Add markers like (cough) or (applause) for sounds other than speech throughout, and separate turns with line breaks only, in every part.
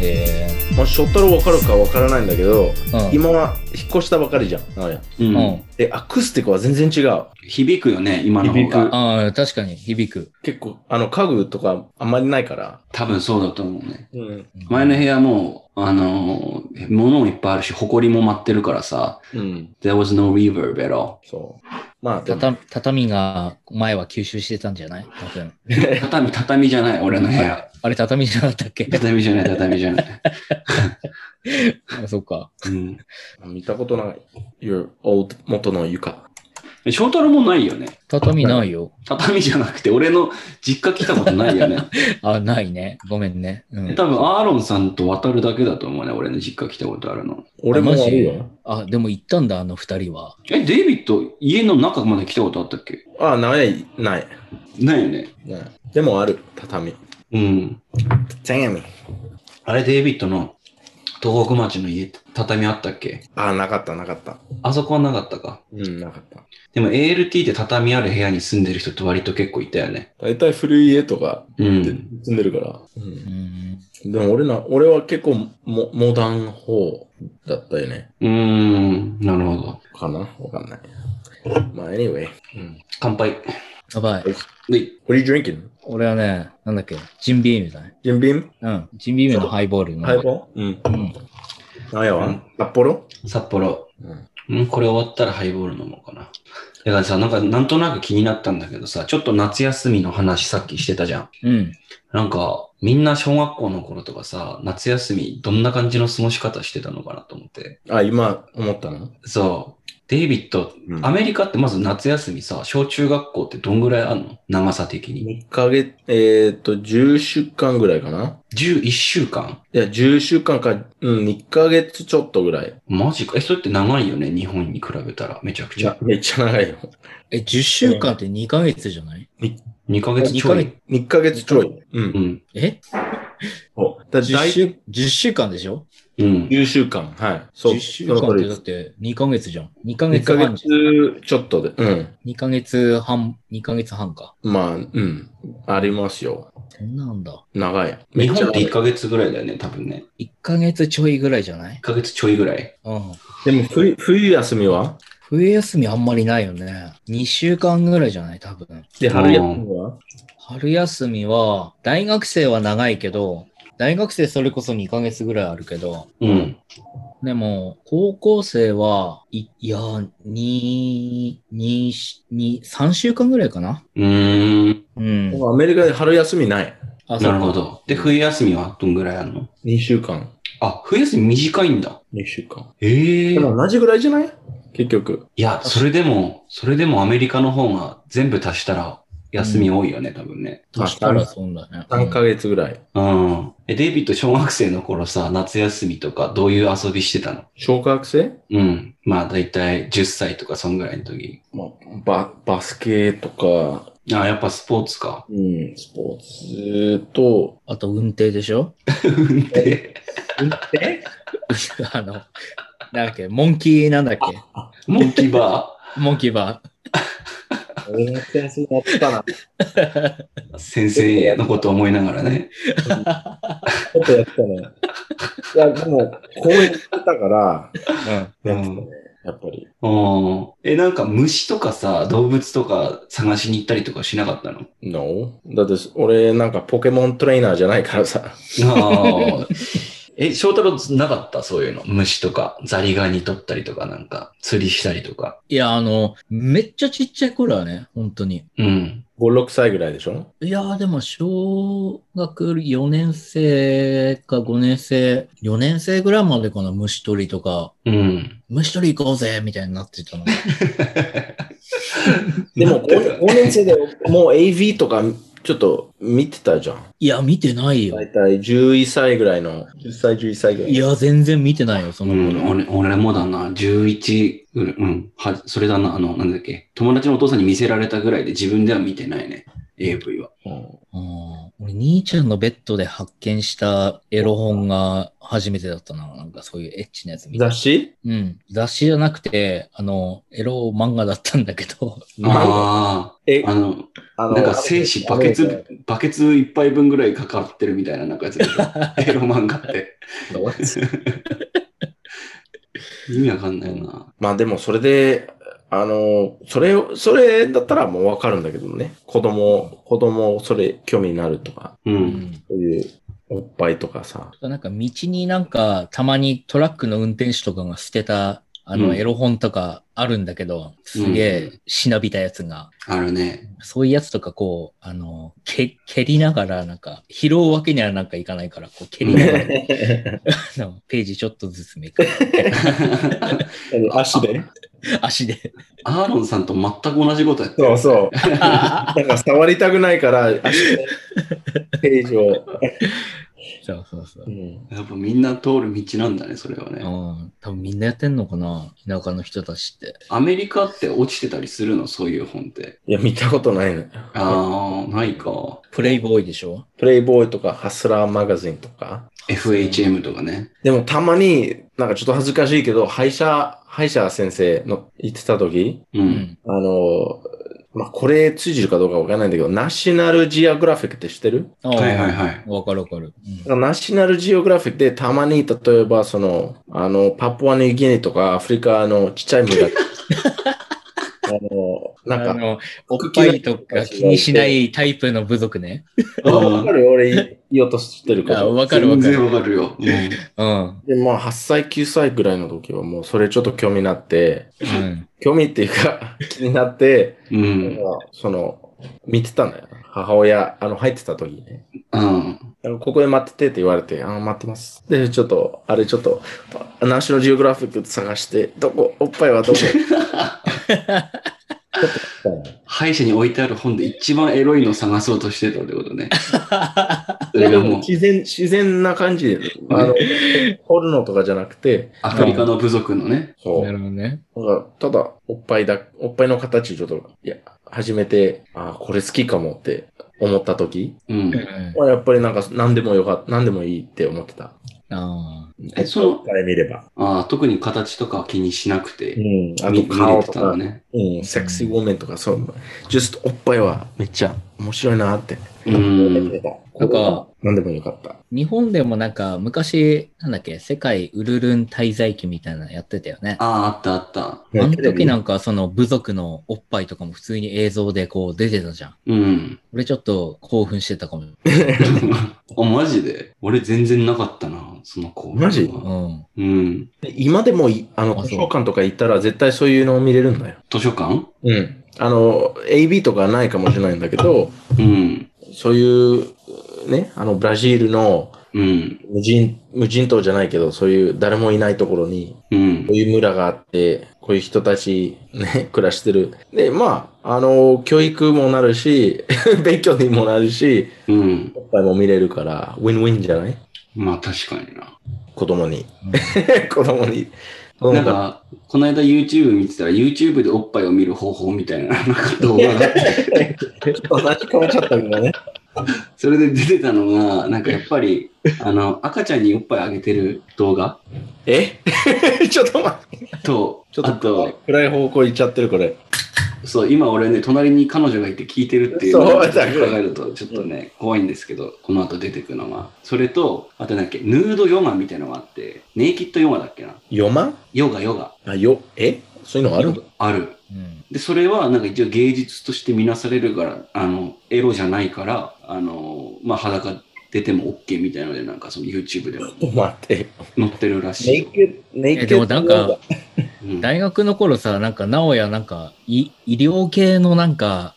え
まあ、しょったろ分かるか分からないんだけど、
えー。うん。
今は引っ越したばかりじゃん。あれ
うん
うん。
で、アクスティックは全然違う。
響くよね、今の方
響
が。
ああ、確かに響く。
結構、あの、家具とかあんまりないから。
多分そうだと思うね。
うん。
前の部屋も、あのー、物もいっぱいあるし、埃も舞ってるからさ、
うん。
there was no reverb at all.
そう。まあ、で
た
も
た畳が前は吸収してたんじゃない多分。
畳、畳じゃない、俺の部屋。
あれ畳じゃなかったっけ
畳じゃない、畳じゃない。
あそっか。
うん。
見たことない。your old 元の床。
え翔太郎もないよね。
畳ないよ。
畳じゃなくて、俺の実家来たことないよね。
あ、ないね。ごめんね。うん。
多分、アーロンさんと渡るだけだと思うね、俺の実家来たことあるの。
俺も
あマジ
あるよ。
あ、でも行ったんだ、あの二人は。
え、デイビッド、家の中まで来たことあったっけ
あ、ない、ない。
ないよね。
ないでもある、畳。
うん。
畳。
あれ、デイビッドの東北町の家、畳あったっけ
あ、なかった、なかった。
あそこはなかったか。
うん、なかった。
でも ALT で畳ある部屋に住んでる人って割と結構いたよね。
大体古い家とか
うん。
住んでるから。う。
うんん。
でも俺な、俺は結構モモダン方だったよね。
うーん、なるほど。
かなわかんない。まあ、anyway。うん。
乾杯。
やばい。
でい
What are you drinking?
俺はね、なんだっけ、ジンビームだね。
ジンビン
うん。ジンビームのハイボールの。
ハイボーうん。
うん。
なんや
う
わ
ん。
札幌
札幌。
うん。
うん、これ終わったらハイボール飲もうかな。だからさ、なんか、なんとなく気になったんだけどさ、ちょっと夏休みの話さっきしてたじゃん。
うん。
なんか、みんな小学校の頃とかさ、夏休みどんな感じの過ごし方してたのかなと思って。
あ、今思ったの
そう。デイビッド、
うん
アメリカってまず夏休みさ、小中学校ってどんぐらいあんの長さ的に。
1ヶ月、えーっと、10週間ぐらいかな
11週間
いや、10週間か、うん、1ヶ月ちょっとぐらい。
マジか。え、それって長いよね、日本に比べたら。めちゃく
い
ち
や
ゃ、。
めっちゃ長いよ。
え、10週間って2ヶ月じゃない
2ヶ月ち
2
ょ
ヶ
い
月。
1ヶ月ちょい。うん
う。ん。
え
そうだ
?10
大体
週、10週間でしょ
うん。
10週間。はい。そう。
?10 週間ってだって2ヶ月じゃん。2ヶ
1
月
ヶ
半じゃん。
月ちょっとで。うん。
2ヶ月半、2ヶ月半か。
まあ、うん。ありますよ。
そんなんだ。
長い。め
日
っちゃ
本
長
って
い
1ヶ月ぐらいだよね、多分ね。
1ヶ月ちょいぐらいじゃない
1ヶ月ちょいぐらい。
うん。
でも冬、冬休みは
冬休みあんまりないよね。2週間ぐらいじゃない多分。
で、春休みは
春休みは、大学生は長いけど、大学生それこそ2ヶ月ぐらいあるけど、
うん。
でも、高校生は、い、いや、に、に、に、3週間ぐらいかな
うーん。
うん。
アメリカで春休みない。
あ
なるほ。
そっか
ど。で、冬休みはどんぐらいあるの
2週間。
あ、冬休み短いんだ。
2週間。
ええ
でも同じぐらいじゃない結局。
いや、それでも、それでもアメリカの方が全部足したら休み多いよね、多分ね。
そしたらそうだね。
3ヶ月ぐらい。
うん。え、デイビッド小学生の頃さ、夏休みとかどういう遊びしてたの
小学生
うん。まあ、だいたい10歳とかそんぐらいの時。
まあ、ババスケとか、
あやっぱスポーツか。
うん、スポーツと、
あと、運転でしょ
運転。
(laughs) あの、なんだっけ、モンキーなんだっけ
モンキーバ
モンキーバ
俺が先生やってたな。ち
ー。先生のこと思いながらね。
ょっとやってたね。いや、でも、公園行ってたから、
ー。
う
やってたね
ん。
やっぱり。
おーえ、なんか虫とかさ、動物とか探しに行ったりとかしなかったの
No? だって、俺なんかポケモントレーナーじゃないからさ。
ああ。 (laughs) え、翔太郎なかったそういうの。虫とか、ザリガニ取ったりとか、なんか、釣りしたりとか。
いや、あの、めっちゃちっちゃい頃はね、本当に。
うん。
5、6歳ぐらいでしょ
いやーでも、小学4年生か5年生、4年生ぐらいまでかな、虫取りとか、
うん。
虫取り行こうぜみたいになってたの。
でも、
なってた
5年生でもう AV とかちょっと見てたじゃん。
いや、見てないよ
だ。いたい11歳ぐらいの、10歳、11歳ぐらい。
いや、全然見てないよ、そうの
ん、
頃。
俺俺もだな、11ぐらい、うん、は、それだな、あの、なんだっけ、友達のお父さんに見せられたぐらいで自分では見てないね、AV は。
うん
うん俺、兄ちゃんのベッドで発見したエロ本が初めてだったな。なんかそういうエッチなやつ見た。
雑誌
うん。雑誌じゃなくて、あの、エロ漫画だったんだけど、
あ
え
あ。あの、
あの
なんか精子バケツ、バケツ一杯分ぐらいかかってるみたいななんかやつでしょエロ漫画って。意味わかんないよな。
まあでもそれで、あの、それを、それだったらもうわかるんだけどね。子供、子供、それ興味になるとか、
う。
うんん。
そういうおっぱいとかさ。
なんか道になんか、たまにトラックの運転手とかが捨てた、あ
う
の、
ん
エロ本とかあるんだけど、すげえ、しなびたやつが。
あるね。
そういうやつとかこう、あの、け蹴りながら、なんか、拾うわけにはなんかいかないから、こう蹴りながら、あのページちょっとずつ
(laughs)
めくって、
足で
足
(laughs)
で。
アーロンさんと全く同じことやっ
(laughs)
て
そ
る
うそう。なんか触りたくないから、足でページを。
そうそうそう
う。ん
やっぱみんな通る道なんだね、それはね。
うん、多分みんなやってんのかな田舎の人たちって。
アメリカって落ちてたりするのそういう本って。
いや、見たことないのよ。
ああ、ないか。
プレイボーイでしょ
プレイボーイとか、ハスラーマガジンとか。
FHM とかね。
でもたまに、なんかちょっと恥ずかしいけど、歯医者、歯医者先生の言ってた時、
う。。
うん
あの、まあ、これ通じるかどうかわかんないんだけど、ナショナルジオグラフィックって知ってる
ああ
はいはいはい。
わかるわかる。うん
ナショナルジオグラフィックでたまに、例えばその、あの、パプアニューギニとかアフリカのちっちゃい
(laughs)
村あの、な
あ
んか、
の、おっぱいとか気にしないタイプの部族ね。
あー
わかるよ俺言おうとしてるこ
あ
と。
わかるわか
全然
る。
わかるよ。うん
うん。
で、まあ、8歳、9歳ぐらいの時はもうそれちょっと興味になって、
うん。
興味っていうか、 (laughs) 気になって、
うん。
その、見てたんだよ。母親、あの、入ってた時にね。
うん。
あのここで待っててって言われて、あー待ってます。で、ちょっと、あれちょっと、パナショナルジオグラフィック探して、どこ、おっぱいは
(laughs)
どこちょっと
歯医者に置いてある本で一番エロいの探そうとしてたってことね。それがもう、
自然、自然な感じで、あの、掘るのとかじゃなくて、
アフリカの部族のね。
そう
な。るほどね。
なんかただ、おっぱいだ、おっぱいの形ちょっと、いや、初めて、あーこれ好きかもって思った時
うん
う。ん。
は、やっぱりなんか、何でもよかった、何でもいいって思ってた。
あ
え、その、
回見れば。
ああ、特に形とかは気にしなく
う
て、
ん、あ
見
と
見れ
顔
て
と
たの
か、
ね。
うん、セクシーウォーメンとか、そう、just おっぱいはめっちゃ面白いなって。
うん。
な
なんか、
何でもよかった。
あ。日本でもなんか昔、なんだっけ、世界ウルルン滞在期みたいなのやってたよね。
ああ、あったあった。
あの時なんんかその部族のおっぱいとかも普通に映像でこう出てたじゃん。 (laughs)
うん。
俺ちょっと興奮してたかも。
あ、マジで俺全然なかったな、その子。
マジ
うん。
うん。
今でもい、あ
あそ
の、
う
図書館とか行ったら絶対そういうのを見れるんだよ。
図書館
うん。あの、AB とかはないかもしれないんだけど、
うん。
そういう、ね、あの、ブラジルの
うん。
無人、無人島じゃないけど、そういう誰もいないところに、
うん
こ。ういう村があって、こういう人たち、ね、 (laughs) 暮らしてる。で、まあ、あの、教育もなるし、 (laughs) 勉強にもなるし、
うん。
おっぱいも見れるから、ウィンウィンじゃない
まあ確かにな。
子供に。 (laughs) 子供に。子供が
なんか、この間 YouTube 見てたら YouTube でおっぱいを見る方法みたいななんか動画が、
ちょっと同じ顔しちゃったけどね。
(laughs) それで出てたのが、なんかやっぱり、あの、赤ちゃんにおっぱいあげてる動画
え (laughs) ちょっと待って。
と、
ちょっ
あ
と
と、
暗い方向行っちゃってる、これ。
そう、今俺ね、隣に彼女がいて聞いてるっていう
そう
のを考
だから
えると、ちょっとね、怖いんですけど、この後出てくのは。それと、あとなんだっけ、ヌードヨガみたいなのがあって、ネイキッドヨガだっけな。
ヨマ
ヨガヨガ。
あ、よ、えそういうのある
ある。
うん。
で、それはなんか一応芸術として見なされるから、あの、エロじゃないから、あの、まあ、裸出ても OK みたいなので、なんかその YouTube でも
ちょっと待って。
載ってるら
ネ
し
イ
い。
ケッド、ネイケ
え
ッド。
でもなんか、
うん
大学の頃さ、なんか、直哉なんか、い医療系のなんか、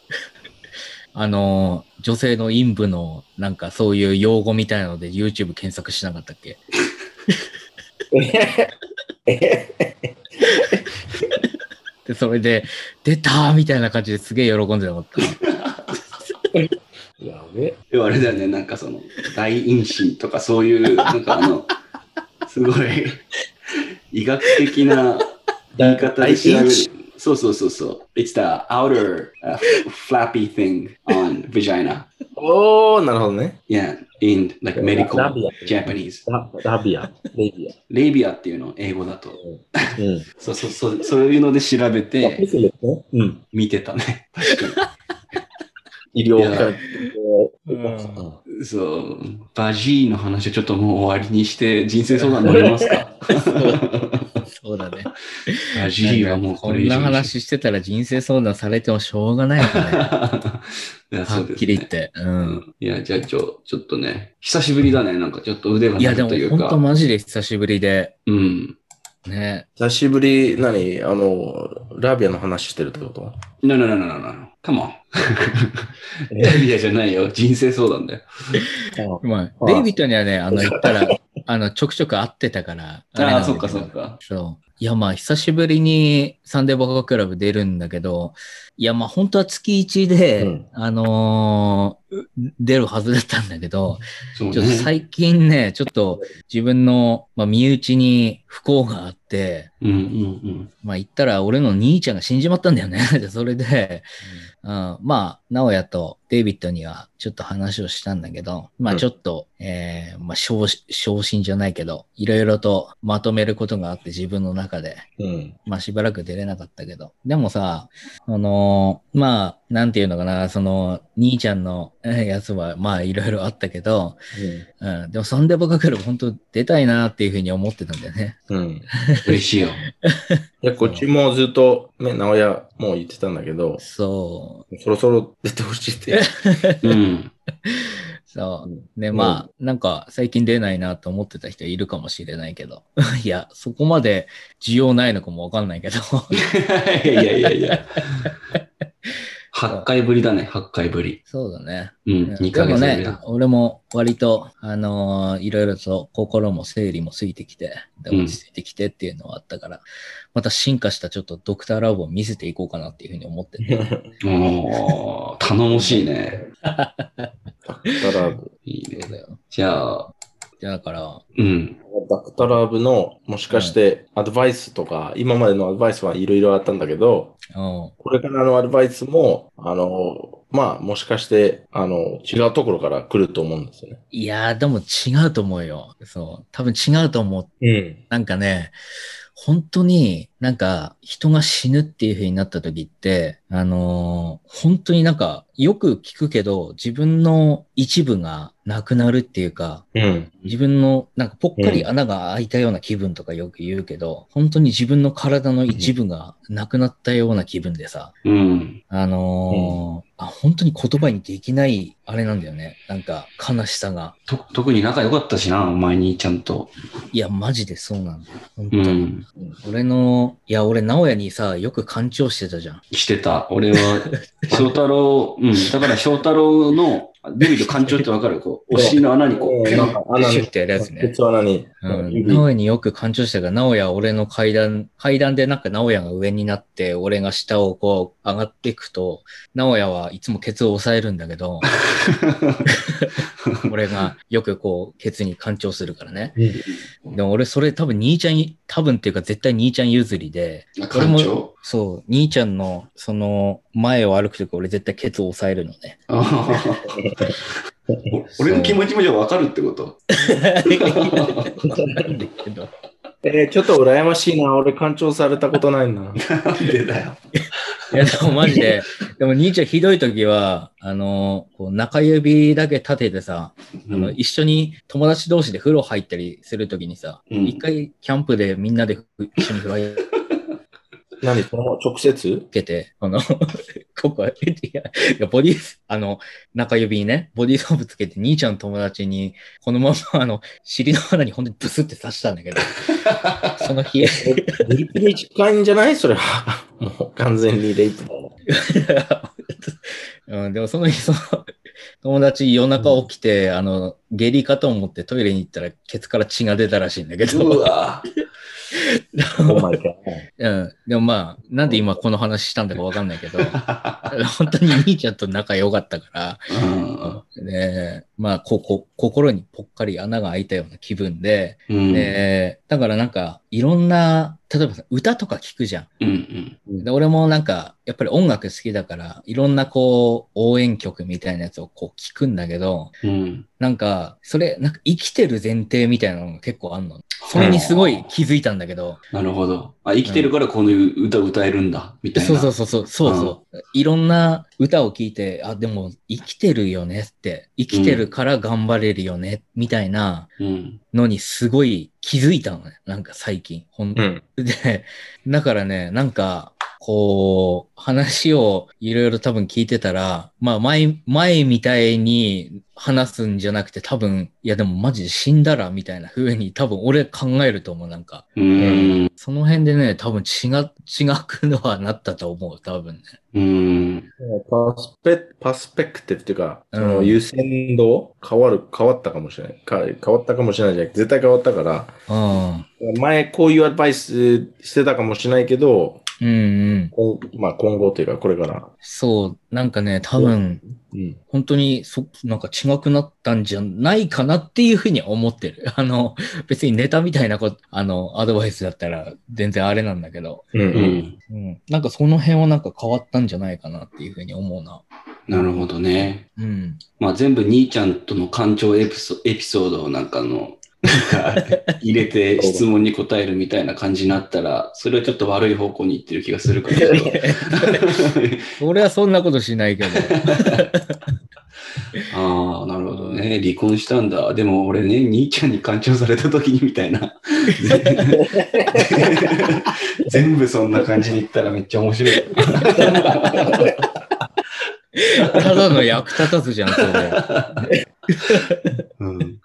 (laughs) あのー、女性の陰部の、なんかそういう用語みたいなので YouTube 検索しなかったっけで、それで、出たーみたいな感じですげえ喜んでなかった。
やべ。
でもあれだよね、なんかその、大陰唇とかそういう、なんかあの、すごい、医学的な言い方で調べる
大陰。
そうそうそうそう。It's the outer、uh, flappy thing on vagina.
おー、なるほどね。
Yeah, in like medical
ラビアっていう
Japanese.
ララビア、レビア。
レイビアっていうの、英語だと。
うん。
そうそうそう、そういうので調べて
うん。
見てたね。
医療関
うんそう、バジーの話はちょっともう終わりにして、人生相談乗ります
(laughs)
か
そうだね。
バジーはもう
こ
これ
ん
以上
な話してたら人生相談されてもしょうがないよ
(laughs)
ね。
いや
は
そ
っ
うですね
きり言って。う。
うんんいや、じゃあちょ、ちょっとね、久しぶりだね、なんかちょっと腕が
い
鳴
や、
る
でも
というか。
本当マジで久しぶりで。
うん。
ね。
久しぶり、何あの、ラビアの話してるってこと
なななななな。カ
(laughs)
モン。レイビアじゃないよ、人生相談だよ。
まあ、デイビッドにはね、あの、言ったら、あの、ちょくちょく会ってたから。れ
あ
なん
あ、
だ
そ
け
っ
ど
かそっか。
そう。いや、まあ、久しぶりにサンデーバカクラブ出るんだけど、いや、まあ、本当は月1で、
うん
あのー出るはずだったんだけど、
そう
ちょっと
ね。
最近ね、ちょっと自分の、まあ、身内に不幸があって、
うんうんうん。
まあ言ったら俺の兄ちゃんが死んじまったんだよね。 (laughs) でそれで、うんまあ、直也とデイビッドにはちょっと話をしたんだけど、まあ
うん
ちょっと、えーまあ昇進昇進じゃないけど、いろいろとまとめることがあって自分の中で、
うん。
まあしばらく出れなかったけど。でもさ、あのーまあ、なんていうのかな、その、兄ちゃんのえーやつはまあいろいろあったけど、うん、でもサンデボカクラブ本当出たいなっていうふうに思ってたんだよね。
うん。い
嬉しいよ。
や、こっちもずっと、ね、直哉も言ってたんだけど、
そう。
そろそろ出てほしいって。
うん。
そう。ね、まあ、なんか最近出ないなと思ってた人いるかもしれないけど。 (laughs) いや、そこまで需要ないのかもわかんないけど。 (laughs)
(laughs) いやいやいやいや。8回ぶりだね、8回ぶり。
そうだね。
う、
うんん
2ヶ月ぶり
でもね
だ。、
俺も割と、あのーいろいろと心も整理もついてきて、で
うん
落ち着いてきてっていうのはあったから、また進化したちょっとドクターラボを見せていこうかなっていうふうに思ってる。
おー、頼もしいね。
ダクタラブ。
いいね
そう。だよ。
じゃあ、
だから、
うん。
ダクタラブの、もしかして、アドバイスとか、今までのアドバイスはいろいろあったんだけど、
うん。
これからのアドバイスも、あの、まあ、もしかして、あの、違うところから来ると思うんですよ
いやー、でも違うと思うよ。そう。多分違うと思う
ね。
なんかね、本当になんか人が死ぬっていう風になった時って、あのー本当になんかよく聞くけど、自分の一部がなくなるっていうか、
うん。うん。
自分のなんかぽっかり穴が開いたような気分とかよく言うけど、本当に自分の体の一部がなくなったような気分でさ、
うん。
あのーあ本当に言葉にできないあれなんだよね。なんか悲しさが。
と特に仲良かったしな、お前にちゃんと。
いや、マジでそうなんだよ。本当
う
に。
ん。
俺の、いや、俺、直哉にさ、よく勘違いしてたじゃん。
してた。俺は、 (laughs) 翔太郎、うん。だから翔太郎の、デビと艦長ってわかるこう、お尻の穴にこう、ペロ
なん
ッ
か穴
シュ
に
ッ、てやるやつね。
鉄穴に、
うん。直哉によく勘違いしてたから、直哉は俺の階段、階段でなんか直哉が上になって、俺が下をこう上がっていくと、直哉はいつもケツを押さえるんだけど、 (laughs) 俺がよくこう、ケツに勘違いするからね。でも俺、それ多分兄ちゃん、多分っていうか絶対兄ちゃん譲りで、
艦長
そう、兄ちゃんの、その、前を歩くとき俺絶対ケツを押さえるのね。
あーお (laughs) 俺の気持ちもじゃあわかるってこと
(laughs) なんだけど。
えーちょっと羨ましいな。俺、干潮されたことないな。 (laughs)
(laughs) なんでだよ。
いや、でもマジで、でも兄ちゃんひどい時は、あの、こう中指だけ立ててさ、あの一緒に友達同士で風呂入ったりする時にさ、
うん
一回キャンプでみんなでふ一緒に風呂入
何その直接
ってて、あの、 (laughs) ここ、いや、いやボディ、あの、中指にね、ボディーソープつけて兄ちゃんの友達に、このまま、あの、尻の穴に本当にブスって刺したんだけど、その日、
レイプに近いんじゃないそれは。 (laughs) もう完全にレイプだな。
(laughs) うん、でもその日、その、友達夜中起きて、あの、下痢かと思ってトイレに行ったら、ケツから血が出たらしいんだけ
う
ど、
わ
Oh my god.
(laughs) うん。でもまあ、なんで今この話したんだかわかんないけ
(laughs)
ど、本当に兄ちゃんと仲良かったか
うん
ら、で、まあ、ここ、心にぽっかり穴が開いたような気分で、
うん
で、だからなんか、いろんな、例えばさ歌とか聞くじゃん。
うんうん
で俺もなんか、やっぱり音楽好きだから、いろんなこう、応援曲みたいなやつをこう聞くんだけど、
うん
なんか、それ、なんか生きてる前提みたいなのが結構あんの。それにすごい気づいたんだけど、
なるほど。あ、生きてるからこの歌歌えるんだ、みたいな。
そうそうそうそう、そうそう。いろんな歌を聴いて、あ、でも生きてるよねって、生きてるから頑張れるよね、みたいな
うん。
のにすごい気づいたのね。なんか最近。ほん
うん。
で、だからね、なんか、こう、話をいろいろ多分聞いてたら、まあ前、前みたいに話すんじゃなくて多分、いやでもマジで死んだらみたいな風に多分俺考えると思う、なんか。
うん。
その辺でね、多分違、違くのはなったと思う、多分ね。
うん。
パスペ、パスペクティブっていうか、
うん
その優先度変わる、変わったかもしれない。か変わったかもしれないじゃなくて、絶対変わったから、
うん。
前こういうアドバイスしてたかもしれないけど、
うんうん。
こんまあ今後というかこれから。
そう、なんかね、多分、
うん。
本当に、そ、なんか違くなったんじゃないかなっていうふうには思ってる。 (laughs) あの、別にネタみたいなこと、あの、アドバイスだったら全然あれなんだけど、
うん。う。
うんん。
うん。なんかその辺はなんか変わったんじゃないかなっていうふうに思うな。
なるほどね。
うん。 (laughs)
まあ全部兄ちゃんとの感情エピソエピソードをなんかの、なんか入れて質問に答えるみたいな感じになったら、それはちょっと悪い方向に行ってる気がするから。ちょっ
(laughs)
と
俺はそんなことしないけど。
(laughs)
ああ、なるほどね。離婚したんだ。でも俺ね、兄ちゃんに干潮された時にみたいな。 (laughs) 全部そんな感じに言ったらめっちゃ面白い。
ただの役立たずじゃん、それ。
うん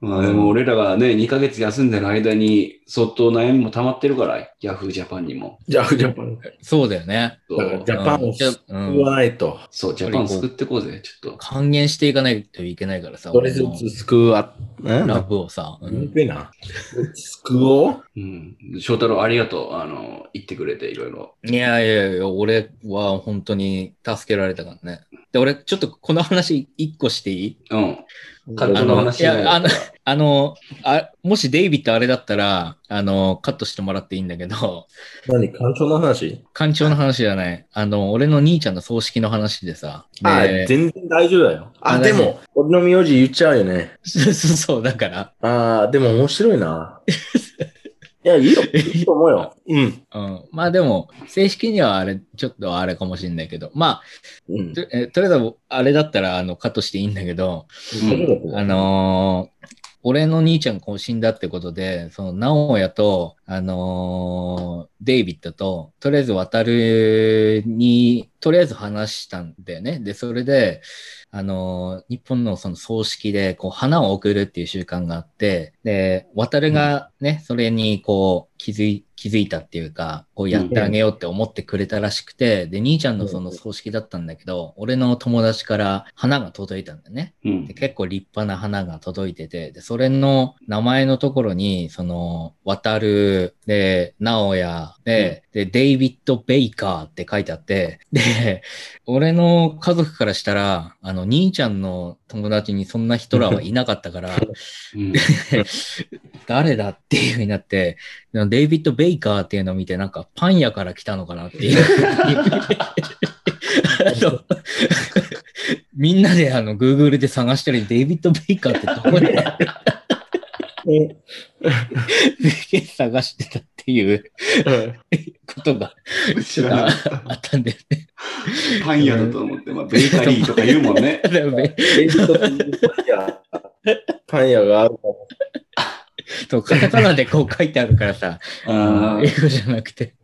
まあでも俺らがね、2ヶ月休んでる間に、相当悩みも溜まってるから、ヤフージャパンにも。
じゃあ、ジャパン。だ
そうだよね。
そ
から
う
ジ、ャパン
うん
を
じゃあう
救
ん
わないと。
そうジャパン救ってこうぜ、ちょっと。
還元していかないといけないからさ、
どれずつ救うわ。うん
ラブをさ、う
うんん。いな。救おう
うん。翔太郎、ありがとう。あの、言ってくれて、いろいろ。
いやいやいや、俺は本当に助けられたからね。で、俺、ちょっとこの話一個していい
うん。
あ
感情
の
の話じゃないから
あのあのあ、もしデイビッドあれだったら、あの、カットしてもらっていいんだけど、 (laughs)
何感情の話
官庁の話じゃない。あの、俺の兄ちゃんの葬式の話でさ。
あ、
で
全然大丈夫だよ。あ、
あ
でも、俺の名字言っちゃうよね。
そうそう (laughs) そう、だから、
ああ、でも面白いな。いや、いいよ。いいと思うよ。うん。
うん。まあでも、正式にはあれ、ちょっとあれかもしれないけど、ま
うん
あ、。とえとりあえず、あれだったら、あの、カットしていいんだけど、あのー俺の兄ちゃんこう死んだってことで、その、直哉と、あのーデイビッドと、とりあえず渡るに、とりあえず話したんだよね。で、それで、あのー日本のその葬式で、こう、花を贈るっていう習慣があって、で、渡るがね、それに、こう、気づい、気づいたっていうか、こうやってあげようって思ってくれたらしくて、で、兄ちゃんのその葬式だったんだけど、俺の友達から花が届いたんだよね。 (laughs)
うん
で。結構立派な花が届いてて、で、それの名前のところに、その、渡る、で、直哉、で、で、デイビッド・ベイカーって書いてあって、で、俺の家族からしたら、あの、兄ちゃんの友達にそんな人らはいなかった
(laughs)
から、
うん
誰だっていうふうになって、でもデイビッド・ベイカーっていうのを見て、なんかパン屋から来たのかなっていう。あのみんなであの Google で探したり、デイビッド・ベイカーってどこで探してたっていうことが
知らなかった。
あったんだよね。
パン屋だと思って、まあ、ベーカリーとか言うもんね。 (laughs)
だからベ
レジとパン屋パン屋があるから
イとカタカナでこう書いてあるからさ、
あ
英語じゃなくて。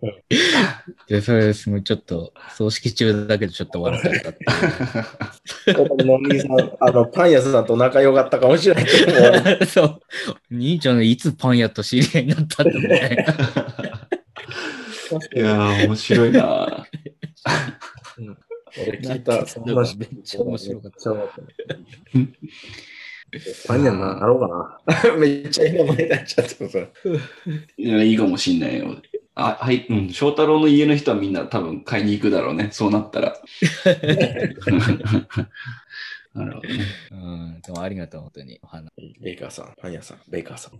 で、それすごいちょっと、葬式中だけどちょっと笑っちゃったっていう。
のみさん、あの、パン屋さんと仲良かったかもしれないけど、俺
そう。兄ちゃんのいつパン屋と知り合いになったんだみたいな。
いやー、面白いな。
俺聞いた。
なんかめっちゃ面白かった
めっちゃ面白かった。パンには
なろうかな。
な (laughs) めっちゃいい名前になっちゃったさ。
いやいいかもしんないよ。あはい、うん、翔太郎の家の人はみんな多分買いに行くだろうね、そうな (laughs) ったら。なるほどね。
うん、でもありがとう、本当に。お花。
ベーカーさん、パン屋さん、ベーカーさん。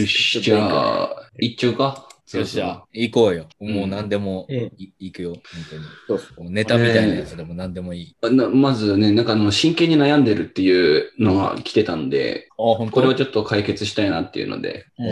よし、じゃあ、行っちゃうか。
よっしゃ。行こうよ。もう何でも
うん
い行くよ、本当に。
そうそ
もうネタみたいなやつでも何でもいい。
あなまずね、なんかあの真剣に悩んでるっていうのが来てたんで、
あ、本
こ
当
れを
に。
ちょっと解決したいなっていうので、
う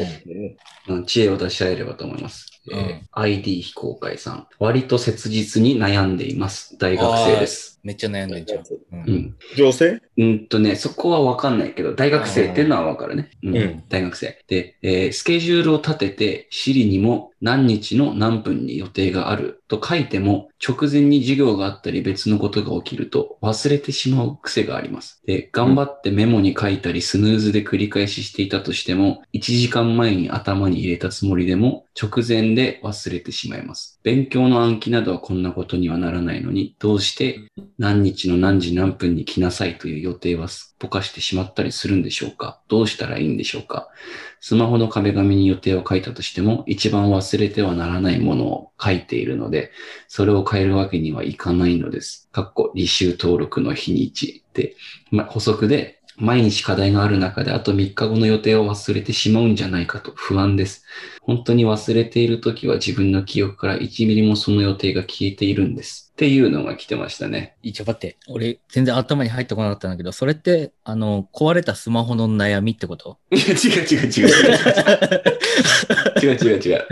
ん
うん知恵を出し合えればと思います。えー
うん
ID 非公開さん。割と切実に悩んでいます。大学生です。
めっちゃ悩んでんじゃん。うん
うん。
女性
うんとね、そこはわかんないけど、大学生っていうのはわかるね。うん
うん
大学生。で、えースケジュールを立てて、Siri にも何日の何分に予定があると書いても、直前に授業があったり別のことが起きると忘れてしまう癖があります。で、頑張ってメモに書いたり、スヌーズで繰り返ししていたとしても、1時間前に頭に入れたつもりでも、直前で忘れてしまいます。勉強の暗記などはこんなことにはならないのに、どうして何日の何時何分に来なさいという予定はすっぽかしてしまったりするんでしょうかどうしたらいいんでしょうかスマホの壁紙に予定を書いたとしても、一番忘れてはならないものを書いているので、それを変えるわけにはいかないのです。かっこ、履修登録の日にちで、ま、補足で、毎日課題がある中で、あと3日後の予定を忘れてしまうんじゃないかと不安です。本当に忘れているときは自分の記憶から1ミリもその予定が消えているんです。っていうのが来てましたね。
一応待って、俺全然頭に入ってこなかったんだけど、それって、あの、壊れたスマホの悩みってこと
いや、違う違う違う違う。違う違う違う。違って、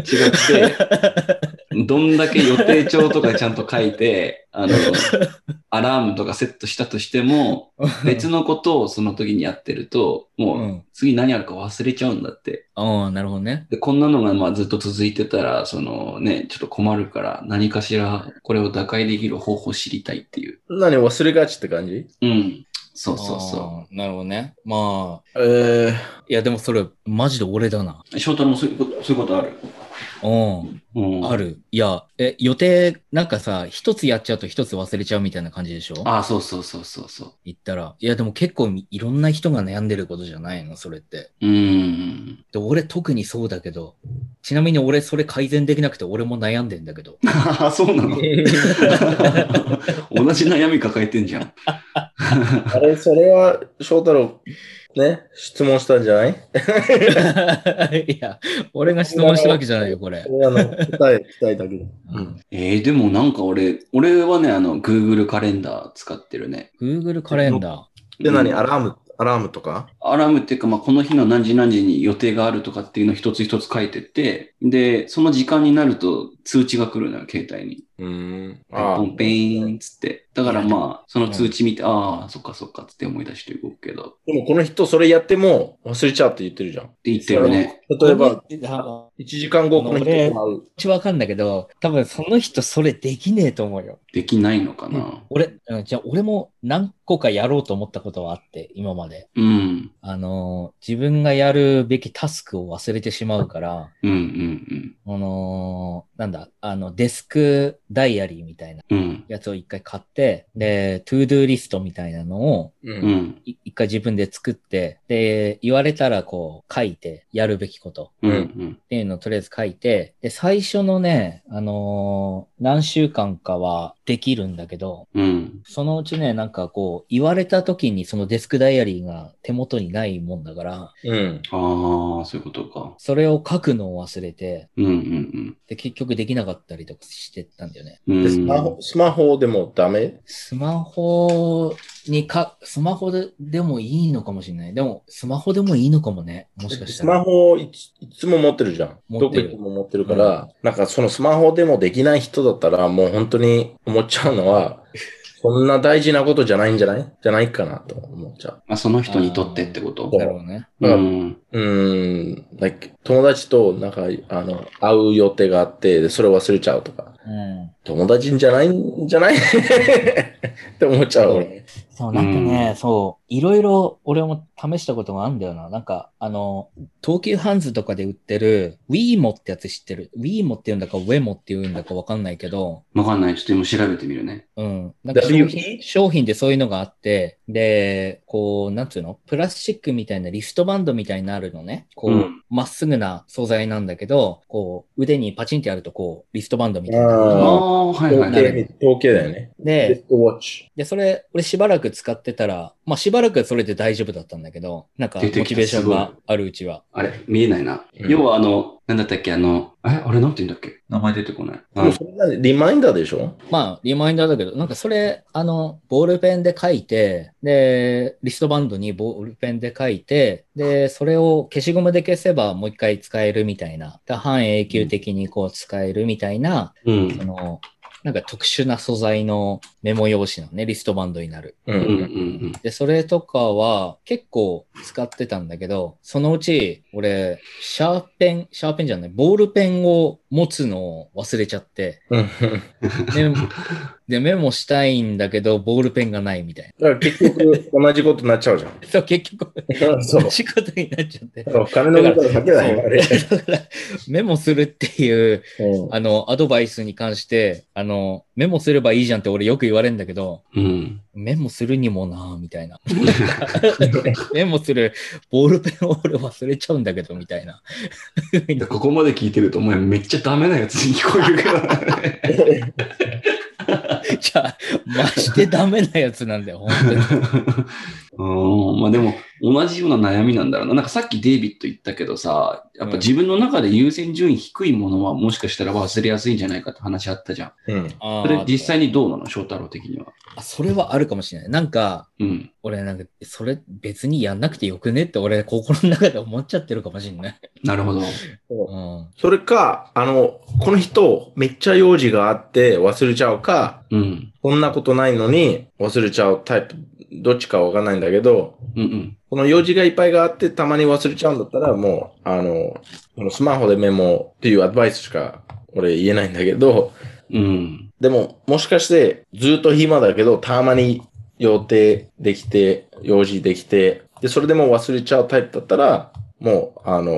どんだけ予定帳とかちゃんと書いて、あの、アラームとかセットしたとしても、別のことをその時にやってると、
う。
もうん次何あるか忘れちゃうんだって。
ああ、なるほどね。。
で、こんなのがまあずっと続いてたら、そのね、ちょっと困るから、何かしらこれを打開できる方法を知りたいっていう。
何忘れがちって感じ
うん。そうそうそう
なるほどね。まあ、
えー、
いやでもそれ、マジで俺だな。
う。翔太郎もそういうこと、そういうことある
うん。
うん。
ある。いや、え、予定、なんかさ、一つやっちゃうと一つ忘れちゃうみたいな感じでしょ
あ、そうそうそうそうそう。
言ったら。いや、でも結構いろんな人が悩んでることじゃないの、それって。
うん。
で俺特にそうだけど、ちなみに俺それ改善できなくて俺も悩んでんだけど。
ああ、そうな (laughs) の。同じ悩み抱えてんじゃん。
あれ、それは翔太郎、ね、質問したんじゃない
いや、俺が質問したわけじゃないよ、これ。
俺あの答え、答えだけで。
うん
えー、でもなんか俺、俺はね、あの、Google カレンダー使ってるね。
Google カレンダ
で、何
うん
アラーム、アラームとか
アラームっていうか、まあ、この日の何時何時に予定があるとかっていうのを一つ一つ書いてって、で、その時間になると通知が来るのよ、携帯に。
うん。
ポ
あ
ンペーンっつって。だからまあ、その通知見て、ああ、そっかそっかっつって思い出して動くけど。
でもこの人、それやっても忘れちゃうって言ってるじゃん。
って言ってるね。
ー。
例えば、
こ
1時間後、この人と会う。
っちわかんないけど、多分その人それできねえと思うよ。
できないのかな。
俺、うんじゃあ俺も何個かやろうと思ったことはあって、今まで。
うん。
あのー、自分がやるべきタスクを忘れてしまうから、
うんうん
あのーなんだ、あの、デスクダイアリーみたいな
うん。うん。
やつを一回買って、で、トゥードゥーリストみたいなのを
う。
うんん。
い一回自分で作って、で、言われたらこう書いてやるべきこと
うんうん。
っていうのをとりあえず書いて、で、最初のね、あのー何週間かはできるんだけど、
うん。
そのうちね、なんかこう、言われた時にそのデスクダイアリーが手元にないもんだから、
うん。
ああ、そういうことか。
それを書くのを忘れて、
うんうん
で、結局できなかったりとかしてたんだよね。
うん。
でスマホ、スマホでもダメ
スマホにか、スマホででもいいのかもしれない。でも、スマホでもいいのかもね。もしかした
ス
ら。
マホをいついつも持ってるじゃん。
持
ど
っ
こ
てる
行っても持ってるから、なんかそのスマホでもできない人だったら、もう本当に思っちゃうのは、そんな大事なことじゃないんじゃないじゃないかなと思っちゃう。
まあ、その人にとってってこと
なるほどね。
う
うん。
うーん、like 友達となんかあの会う予定があって、でそれ忘れちゃうとか、
うん。
友達んじゃないんじゃない (laughs) って思っちゃう俺。
そう、なんかね、そう、いろいろ俺も試したことがあるんだよな。なんか、あの、東急ハンズとかで売ってる、WeMo ってやつ知ってる。WeMo って言うんだか、WeMo って言うんだかわかんないけど、
わかんない。ちょっと今調べてみるね。
うん。なんか商
W
品商品でそういうのがあって、で、こう、なんつうのプラスチックみたいなリストバンドみたいになるのね。こ
う、
うんま、っすぐな素材なんだけど、こう、腕にパチンってやると、こう、リストバンドみたいな。
あ
あ
あ、はいはい
統
はい。
計、統計だよね。ベ
で
ス、トウォッチ。
で、それ、俺しばらく使ってたら、まあ、しばらくはそれで大丈夫だったんだけど、なんか、モ
出てきた
チベーションがあるうちは。
あれ、見えないな。
うん
要はあの、なんだったっけ、あの、え、あれなんて言うんだっけ名前出てこない。
でもそれがリマインダーでしょ
まあ、リマインダーだけど、なんかそれ、あの、ボールペンで書いて、で、リストバンドにボールペンで書いて、で、それを消しゴムで消せばもう一回使えるみたいな、だ半永久的にこう使えるみたいな、
う
そ
ん。
の、なんか特殊な素材のメモ用紙のね、リストバンドになる。
う。
うんうんうんん。
で、それとかは結構使ってたんだけど、そのうち俺、シャーペン、シャーペンじゃない、ボールペンを持つのを忘れちゃって、
うん。 (laughs)
ででメモしたいんだけど、ボールペンがないみたい
だから結局、同じことになっちゃうじゃん。
な。そう、結局、
そう。
仕事になっちゃって。
お金のことだけだよ、あれ。
だから、メモするっていう、
うん
あの、アドバイスに関して、あの、メモすればいいじゃんって俺よく言われるんだけど、
うん。
メモするにもなぁ、みたいな。 (laughs) メモするボールペンを俺忘れちゃうんだけど、みたいな。
でここまで聞いてると、お前めっちゃダメなやつに聞こえる (laughs) からね。
じゃあ、ましてダメなやつなんだよ、本当に。
(laughs) うん、まあでも、同じような悩みなんだろうな。なんかさっきデイビッド言ったけどさ、やっぱ自分の中で優先順位低いものはもしかしたら忘れやすいんじゃないかって話あったじゃん。
うん。
あ
そ
ー
れ実際にどうなの翔太郎的には。
あそれはあるかもしれない。なんか、
うん。
俺なんか、それ別にやんなくてよくねって俺心の中で思っちゃってるかもしれない。
なるほど。
うん。
それか、あの、この人、めっちゃ用事があって忘れちゃうか、
うん。
こんなことないのに忘れちゃうタイプ、どっちかわかんないんだけど、
うんうん。
この用事がいっぱいがあってたまに忘れちゃうんだったら、もう、あの、このスマホでメモっていうアドバイスしか俺言えないんだけど、
うん。
でも、もしかして、ずっと暇だけど、たまに予定できて、用事できて、で、それでも忘れちゃうタイプだったら、もう、あの、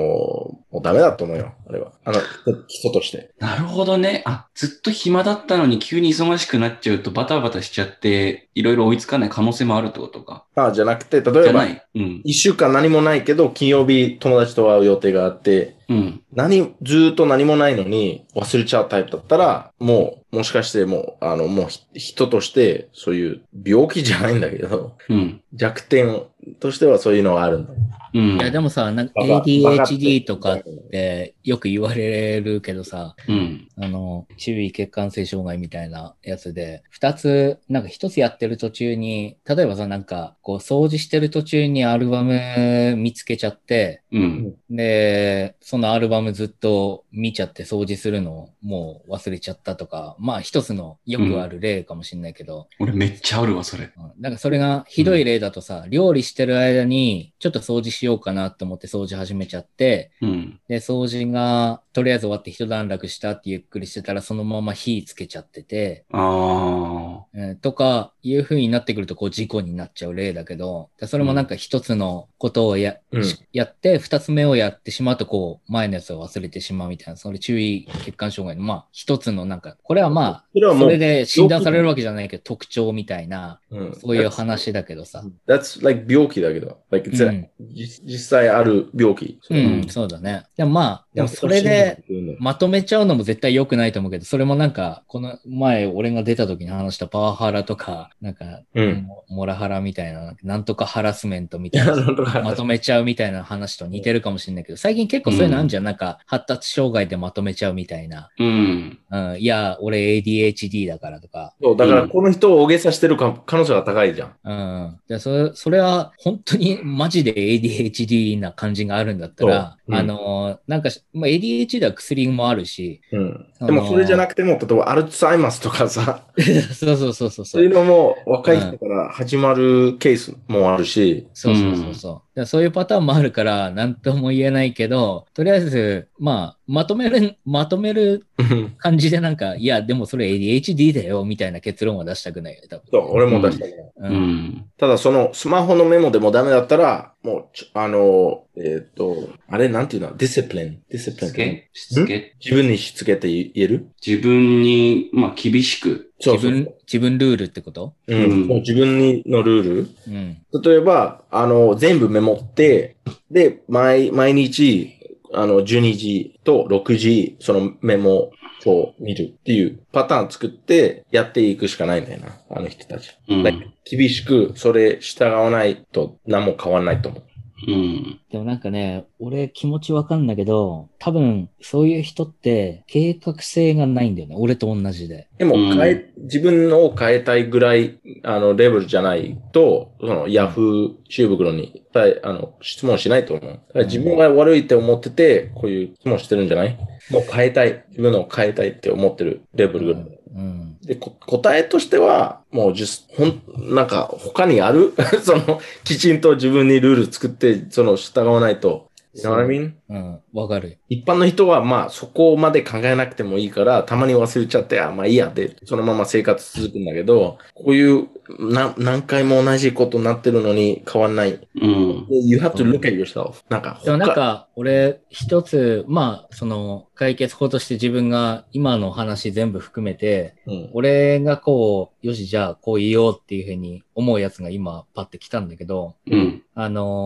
もうダメだと思うよ、あれは。あの、基礎として。
なるほどね。あ、ずっと暇だったのに急に忙しくなっちゃうとバタバタしちゃって、いろいろ追いつかない可能性もあるってことか。
ああ、じゃなくて、
じ
例え
ゃな
ば、
い。うん。
一週間何もないけど、金曜日友達と会う予定があって、
うん。
何、ずーっと何もないのに忘れちゃうタイプだったら、もう、もしかしてもう、あの、もうひ人として、そういう病気じゃないんだけど、
うん。
弱点としてはそういうのはあるんだ。
うん。
いや、でもさ、なんか
バカバカって
ADHD とかってよく言われるけどさ、
うん。
あの、注意欠陥性障害みたいなやつで、二つ、なんか一つやってる途中に、例えばさ、なんか、こう、掃除してる途中にアルバム見つけちゃって、
うん。
で、そのアルバムずっと見ちゃって掃除するのをもう忘れちゃったとか、まあ一つのよくある例かもしれないけど、
俺めっちゃあるわ、それ。
うんなんかそれがひどい例だとさ、料理してる間にちょっと掃除しようかなと思って掃除始めちゃって、
うん。
で、掃除がとりあえず終わって一段落したってゆっくりしてたらそのまま火つけちゃってて、
あ
うんとかいう風になってくるとこう事故になっちゃう例だけど、だそれもなんか一つのことをや,
うん
し、やって、二つ目をやってしまうとこう前のやつを忘れてしまうみたいな、それ注意欠陥障害のまあ一つのなんか、これはま
それ
あ、
はも
そうれ、で診断されるわけじゃないけど特徴みたいな、
うん
そういう。話だけどさ。
That's that's like 病気だけど、like, it's
う
a-
ん、
実実際ある病気。
う
れ
ん、そうだね。でもまあ、でもそれで、、まとめちゃうのも絶対良くないと思うけど、それもなんか、この前俺が出た時に話したパワハラとか、なんか、
(laughs) うん。
モモラハラみたいな、なんとかハラスメントみ
い
たい
や、
な。
なんとか。
まとめちゃうみたいな話と似てるかもしれないけど、最近結構そういうのあんじゃん。なんか、発達障害でまとめちゃうみたいな。
あ。うん。
うん、いや、俺 ADHD だからとか。
そう、だか
う
ら
ん
この人を大げさしてるか可能性が高いじゃん。
うん。で、そそれは本当にマジで ADHD な感じがあるんだったら、
そううん
あの、なんかし、まあ、ADHD は薬もあるし、
うん。でもそれじゃなくても、例えばアルツハイマースとかさ、
(laughs) そうそうそうそうそ
そうういう。のも若い人から始まるケースもあるし、
そうそうそうそう。だからそういうパターンもあるから、なんとも言えないけど、とりあえず、まあ、まとめる、まとめる
うん
感じでなんか、いや、でもそれ ADHD だよ、みたいな結論は出したくないよね、多分。
そう、俺も出したね。
う。
うんん。
ただ、その、スマホのメモでもダメだったら、もうちょ、あの、えっ、と、あれ、なんていうのディセプリン。ディセプ
しつ
リン。
けしつけ
自分にしつけて言える
自分に、まあ、厳しく。
そう
自
そう
分、自分ルールってこと
うん。
うん
もう自分にのルール
うん。
例えば、あの、全部メモって、で、毎、毎日、あの、12時と6時、そのメモを見るっていうパターン作ってやっていくしかないんだよな、あの人たち。
うん。
だけど厳しく、それ従わないと何も変わらないと思う。
うん。
でもなんかね、俺気持ちわかんだけど、多分、そういう人って計画性がないんだよね。俺と同じで。
でも、
うん
変え、自分を変えたいぐらい、あの、レベルじゃないと、その、ヤフー知恵袋に、たあの、質問しないと思う。だから自分が悪いって思ってて、こういう質問してるんじゃないもう変えたい。自分のを変えたいって思ってるレベルぐらい。
うん。
で、こ答えとしては、もう、just ほん、なんか、他にある (laughs) その、きちんと自分にルール作って、その、従わないと。You know what I mean?
うん。わかる。
一般の人は、まあ、そこまで考えなくてもいいから、たまに忘れちゃって、あ、まあいいやで、そのまま生活続くんだけど、こういう、な何回も同じことになってるのに変わんない。
うん。
You have to look at yourself. なんか、
でもなん
他、
か、俺、一つ、まあ、その、解決法として自分が今の話全部含めて、
うん、
俺がこう、よし、じゃあこう言おうっていうふうに思うやつが今パッて来たんだけど、
うん。
あのー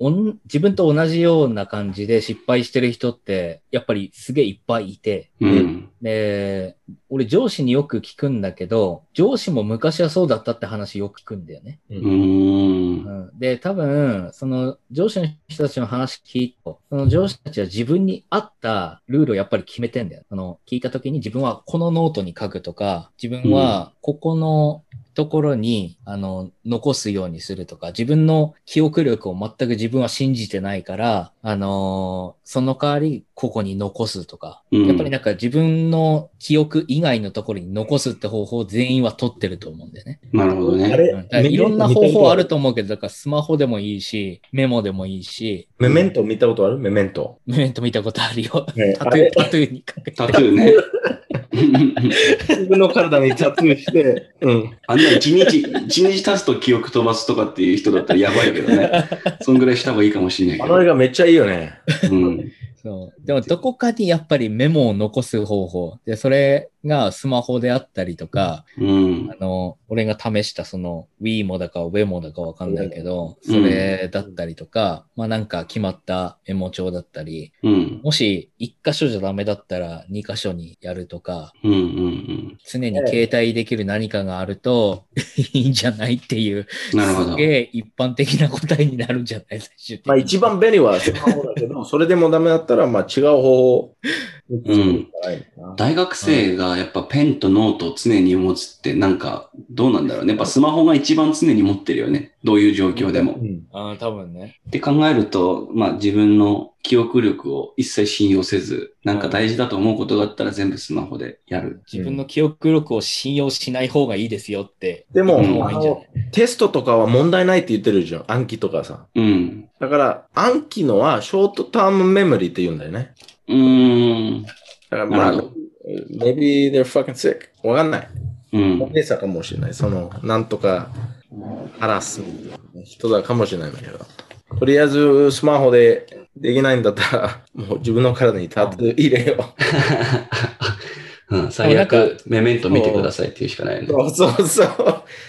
おん自分と同じような感じで失敗してる人って、やっぱりすげえいっぱいいて、
うん。
で、俺上司によく聞くんだけど、上司も昔はそうだったって話よく聞くんだよね。
う、
うん。
うんん、で、多分、その上司の人たちの話聞いて、その上司たちは自分に合ったルールをやっぱり決めてんだよ。その聞いた時に自分はこのノートに書くとか、自分はここのところに、あの、残すようにするとか、自分の記憶力を全く自分は信じてないから、あのーその代わりここに残すとか、やっぱりなんか自分の記憶以外のところに残すって方法を全員は取ってると思うんだよね。
なるほど
あ
ね。
れ
うんだからいろんな方法あると思うけど、だからスマホでもいいし、メモでもいいし、
メメント見たことあるメメント。
メメント見たことあるよ。
ね
タトゥー、タトゥーにかけて
タ。トゥーね。 (laughs)
自分の体にタ
(laughs)
トゥーして、うん。
あんな一日、一日経つと記憶飛ばすとかっていう人だったらやばいけどね。
(laughs)
そんぐらいした方がいいかもしれな
あ
い
の映画めっちゃいいよね。
けど。うん。
そう。でもどこかにやっぱりメモを残す方法。で、それがスマホであったりとか、
うん
あ。の、俺が試したその Wii もだか w e もだかわかんないけど、
うん
それだったりとか、まあなんか決まったメモ帳だったり、
うん。
もし一箇所じゃダメだったら二箇所にやるとか、
うん。うん。
常に携帯できる何かがあると (laughs) いいんじゃないっていう、
なるほど
す。げえ一般的な答えになるんじゃない最終的に
まあ一番便利はスマホだ
(laughs)
けど、それでもダメだったら、まあ違う方法。
うん。
はいな
大学生がやっぱペンとノートを常に持つってなんかどうなんだろうね。やっぱスマホが一番常に持ってるよね。どういう状況でも。
う
っ
ん。
ああ、多分ね。
て考えると、まあ自分の記憶力を一切信用せず、なんか大事だと思うことがあったら全部スマホでやる。
自分の記憶力を信用しない方がいいですよって。
でも、
うん
あのテストとかは問題ないって言ってるじゃん。暗記とかさ。
うん。
だから、暗記のはショートタームメモリーって言うんだよね。
うーん。
だからま
な
あ
るほ、ど。
maybe they're fucking sick. わかんない。
うん
高。齢者かもしれない。その、なんとか、ハラス人だかもしれないんだけど。とりあえず、スマホでできないんだったら、もう自分の体にタトゥー入れよ
(laughs) うん、最悪、メメント見てくださいっていうしかないよね。
う。そうそうそう。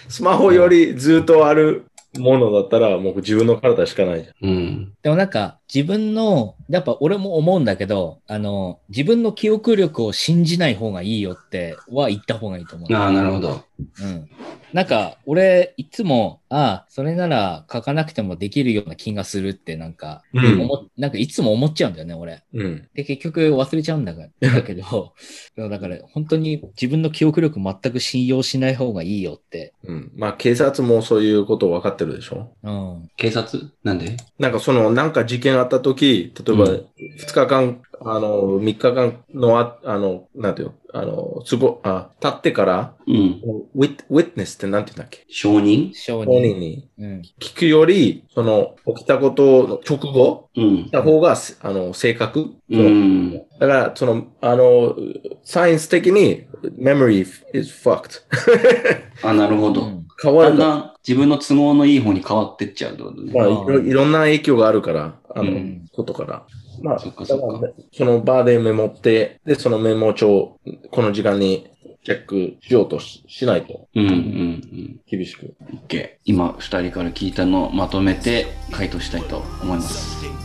スマホよりずっとあるものだったら、もう自分の体しかないじゃん。
うん。
でもなんか自分の、やっぱ俺も思うんだけど、あの、自分の記憶力を信じない方がいいよっては言った方がいいと思う。
ああ、なるほど。
うん。なんか俺いつも、ああ、それなら書かなくてもできるような気がするってなんか、
うん。
思っなんかいつも思っちゃうんだよね、俺。
うん。
で、結局忘れちゃうんだがだけど、 (laughs) でもだから本当に自分の記憶力全く信用しない方がいいよって。
うん。まあ、警察もそういうこと分かってるでしょ
うん。
警察なんで
なんかその、なんか事件あった時、例えば、
う
2日間、あの、3日間のあ、あの、なんていうのあの、すご、あ、立ってから、
うん。
ウィッ、ウィッネスってなんて言うんだっけ
承認
承
本
認。
人に
うん。
聞くより、その、起きたことの直後
うん
し。た方が、せあの、正確。
うん。
だから、その、あの、サイエンス的に、memory is
(laughs)
fucked.
あ、なるほど。
うん
変わ
だ
る
ん
から
だん自分の都合のいい方に変わってっちゃうってことね。
まあ、い
あー
ろいろんな影響があるから、あの、
うん
ことから。まあ、
そっかそっか
だらその場でメモって、で、そのメモ帳、この時間にチェックしようとししないと、
うんうんうん。
厳しく。
OK。今、二人から聞いたのをまとめて回答したいと思います。
いいね。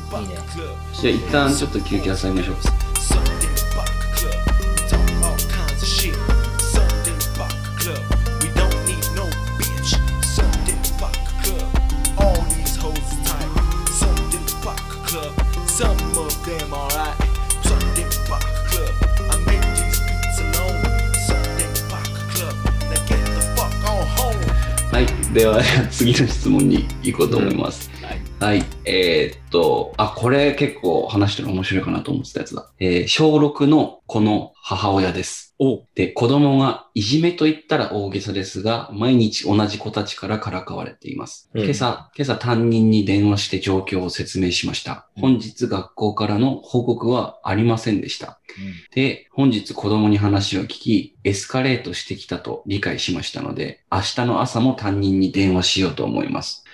じゃあ一旦ちょっと休憩挟みましょう。
Sunday Buck Club. We talk all kinds of shit. Sunday Buck Club. We don't need no bitch. Sunday Buck Club. All these hoes is tight. Sunday Buck Club. Some of them alright. Sunday Buck Club. I make these beats alone. Sunday Buck Club. Now get the fuck on home.
はい。では、次の質問に行こうと思います。はい。えーっと、あ、これ結構話してる面白いかなと思ってたやつだ。えー小6の子の母親です。
お
で、子供がいじめと言ったら大げさですが、毎日同じ子たちからからかわれています。
うん
今朝、今朝担任に電話して状況を説明しました。
うん
本日学校からの報告はありませんでした。で、本日子供に話を聞き、エスカレートしてきたと理解しましたので、明日の朝も担任に電話しようと思います。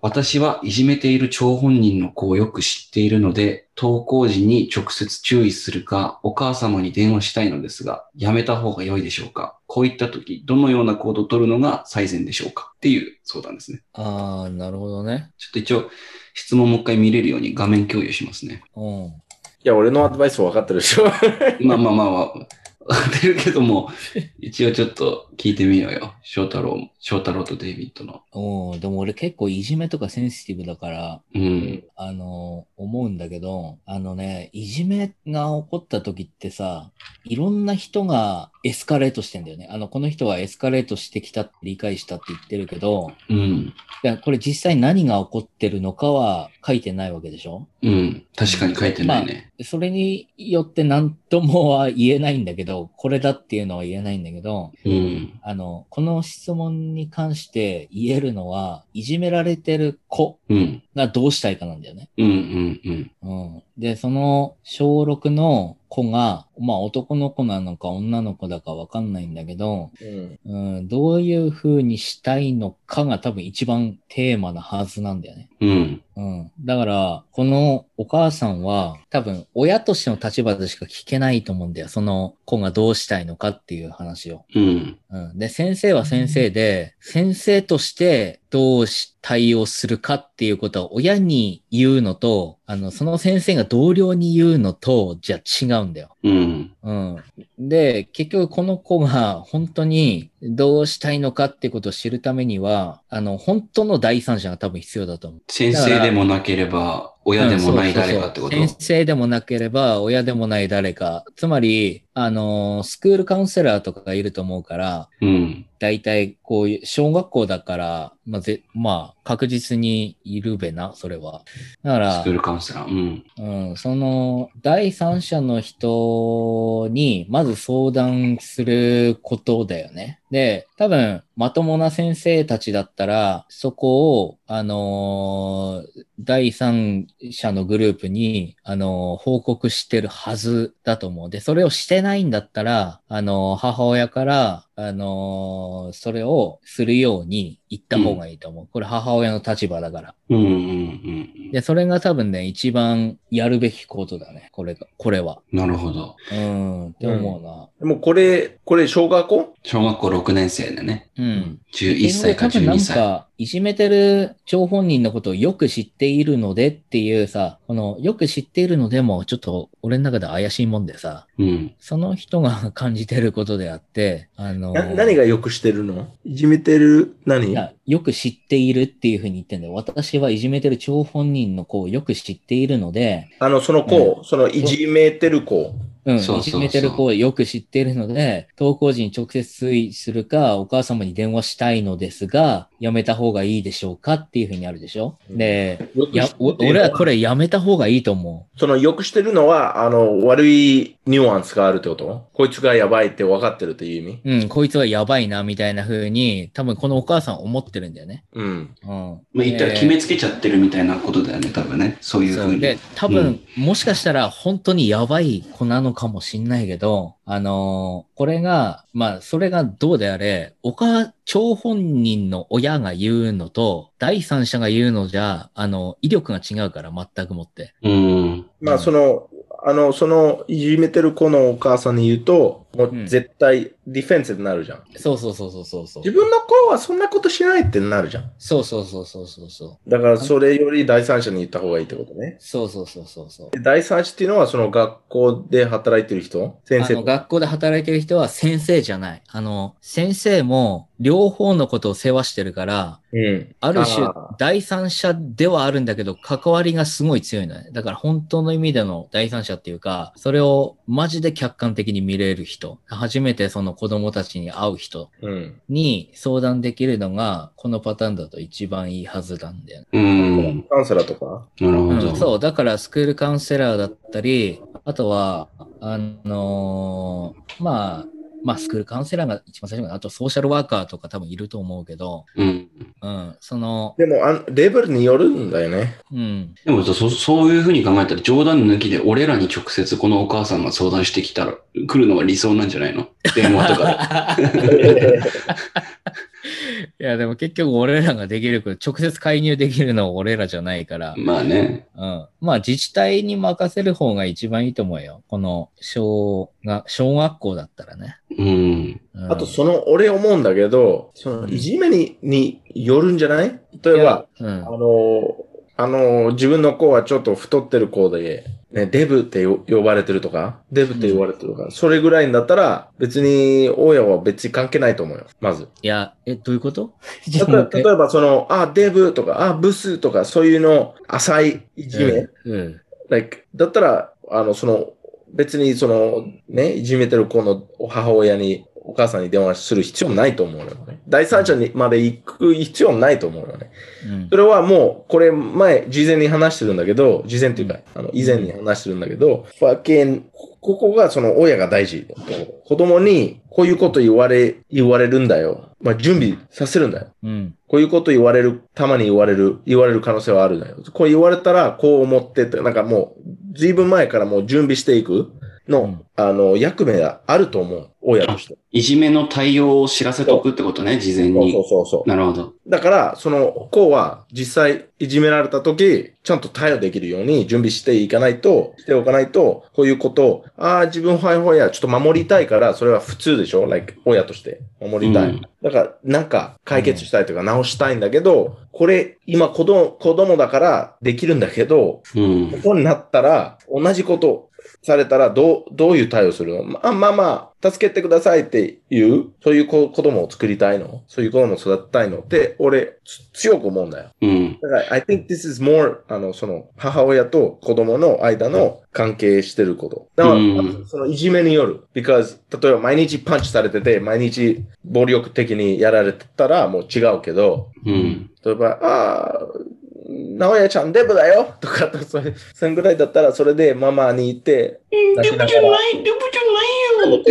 私はいじめている張本人の子をよく知っているので、登校時に直接注意するか、お母様に電話したいのですが、やめた方が良いでしょうかこういった時、どのような行動を取るのが最善でしょうかっていう相談ですね。
ああ、なるほどね。
ちょっと一応、質問もう一回見れるように画面共有しますね。
うん。
いや、俺のアドバイス分かってるでしょ。
まあまあまあまあ、当てるけども、一応ちょっと聞いてみようよ。翔太郎も、翔太郎とデイビッドの。
うん。でも俺結構いじめとかセンシティブだから、
うん。
あの、思うんだけど、あのね、いじめが起こった時ってさ、いろんな人がエスカレートしてんだよね。あの、この人はエスカレートしてきたって理解したって言ってるけど、
うん。
いやこれ実際何が起こってるのかは書いてないわけでしょ
うん。確かに書いてないね。
でそれによって何ともは言えないんだけど、これだっていうのは言えないんだけど、
うん。
あの、この質問に関して言えるのは、いじめられてる子
うん。
がどうしたいかなんだよね。
うん。うん。うん。
うん。で、その小6の子が、まあ男の子なのか女の子だかわかんないんだけど、
うん。
うん、どういう風にしたいのかが多分一番テーマなはずなんだよね。
うん。
うん。だから、このお母さんは、多分、親としての立場でしか聞けないと思うんだよ。その子がどうしたいのかっていう話を。
うん。
うん。で、先生は先生で、先生としてどうし、対応するかっていうことは、親に言うのと、あの、その先生が同僚に言うのと、じゃ違うんだよ。
うん。
うん。で、結局この子が本当にどうしたいのかってことを知るためには、あの、本当の第三者が多分必要だと思う。
先生でもなければ、親でもない誰かってこと。
うんそうそうそう先生でもなければ、親でもない誰か。つまり、あのー、スクールカウンセラーとかがいると思うから、
うん。
大体こういう、小学校だから、まあ、ぜ、まあ、確実にいるべな、それは。だか
ス
ら
クー、ルカウンセラー。うん。
うん、その、第三者の人に、まず相談することだよね。で、多分、まともな先生たちだったら、そこを、あのー第三者のグループに、あのー報告してるはずだと思う。で、それをしてないんだったら、あのー母親から、あのーそれをするように言った方がいいと思う。これ母親の立場だから。
うん。うん。うん。
で、それが多分ね、一番やるべきことだね。これが、これは。
なるほど。
うん、って思うな。
で (laughs) もこれ、これ、小学校
小学校6年生でね。
うん。
11歳か
多分な
12
ん
歳。
か、いじめてる張本人のことをよく知っているのでっていうさ、この、よく知っているのでも、ちょっと俺の中で怪しいもんでさ、
うん。
その人が感じてることであって、あの、
な何がよくしてるのいじめてる何
いや、よく知っているっていうふうに言ってんだよ。私はいじめてる張本人の子をよく知っているので、
あの、その子、そのいじめてる子。
うん、
そうそう
い
そう
じめてる子をよく知っているので、登校時に直接推移するか、お母様に電話したいのですが、やめた方がいいでしょうかっていうふうにあるでしょ。で、
よく
いや
知っ、て
お
て
俺はこれやめた方がいいと思
その、よくしてるのは、あの、悪いニュアンスがあるってことこいつがやばいって分かってるっていう意味
う。うん、こいつはやばいな、みたいな風に、多分このお母さん思ってるんだよね。
うん。
うん。ま
まあ、言ったら決めつけちゃってるみたいなことだよね、多分ね。そういうふう
そう
に。
で、多分、もしかしたら本当にやばい子なのかもしんないけど、あのーこれが、まあ、それがどうであれ、おか、張本人の親が言うのと、第三者が言うのじゃ、あの、威力が違うから、全くもって。
うん。
ま
う
あ、
ん
その、あの、その、いじめてる子のお母さんに言うと、も
う
うん絶対ディフェンスになるじゃん。
そうそうそうそうそうそう
自。分の子はそんなことしないってなるじゃん。
そうそうそうそうそうそう。
だから、それより第三者に言った方がいいってことね。
そうそうそうそうそう。
で第三者っていうのは、その学校で働いてる人先
あ
生
の学校で働いてる人は先生じゃない。あの、先生も両方のことを世話してるから、
うん。
ある種
あー、
第三者ではあるんだけど、関わりがすごい強いのね。だから本当の意味での第三者っていうか、それをマジで客観的に見れる人、初めてその子供たちに会う人
うん。
に相談できるのが、このパターンだと一番いいはずなんだよね。
うん。
カウンセラーとか
なるほ
うん
ど。
そう、だからスクールカウンセラーだったり、あとは、あのーまあ、まあ、スクールカウンセラーが一番最初かな。あと、ソーシャルワーカーとか多分いると思うけど、
うん。
うん、その、
でもあん、レベルによるんだよね。
(laughs) うん、
でもそ、そういうふうに考えたら冗談抜きで俺らに直接このお母さんが相談してきたら来るのは理想なんじゃないの電話とか
いや、でも結局俺らができること、直接介入できるのは俺らじゃないから、
で。まあね。
うん。まあ自治体に任せる方が一番いいと思うよ。この小が、小学校だったらね。
うん。
うん
あと、その、俺思うんだけど、その、いじめに、によるんじゃない例えば、
いやうん
あの、あの、自分の子はちょっと太ってる子で、ね、デブってよ呼ばれてるとか、デブって呼ばれてるとか、それぐらいんだったら、別に、親は別に関係ないと思うよ、ま (laughs) ず。
いや、え、どういうこと
(laughs) 例
ちょ
え
っと待
ば
っ、て
例えばその、あ、デブとか、あ、ブスとか、そういうの、浅いいじめ、
うん。
like だったら、あの、その、別にその、ね、いじめてる子のお母親に、お母さんに電話する必要ないと思うのよね。第三者にまで行く必要ないと思うのね。
うん
それはもう、これ前、事前に話してるんだけど、事前というか、あの、以前に話してるんだけど、ファケン、ここがその親が大事。子供に、こういうこと言われ、言われるんだよ。まあ、準備させるんだよ。
うん。
こういうこと言われる、たまに言われる、言われる可能性はあるのよ。こう言われたら、こう思ってって、なんかもう、ずいぶん前からもう準備していくの、
うん
あの、役目があると思う。親として。
いじめの対応を知らせておくってことね、事前
そうそう
に。
そうそう。
なるほど。
だから、その子は実際いじめられた時、ちゃんと対応できるように準備していかないと、しておかないと、こういうことを、ああ、自分はいはいや、ちょっと守りたいから、それは普通でしょ ?like、親として。守りたい。
うん
だから、なんか解決したいというか直したいんだけど、これ、今子供、子供だからできるんだけど、
うん
こ。こになったら、同じことされたら、どう、どういう対応するのまあまあまあ、助けてくださいっていう、そういう子子供を作りたいのそういう子供を育てたいのって、俺、つ強く思うんだよ。
うん。
だから、I think this is more, あの、その、母親と子供の間の関係してること。だから、
うん
そのいじめによる。because, 例えば毎日パンチされてて、毎日暴力的にやられてたら、もう違うけど、
うん。
例えば、ああ、直哉ちゃんデブだよとか、それ、そんぐらいだったら、それでママに言って、出しながら、
い、ルブじゃないよ。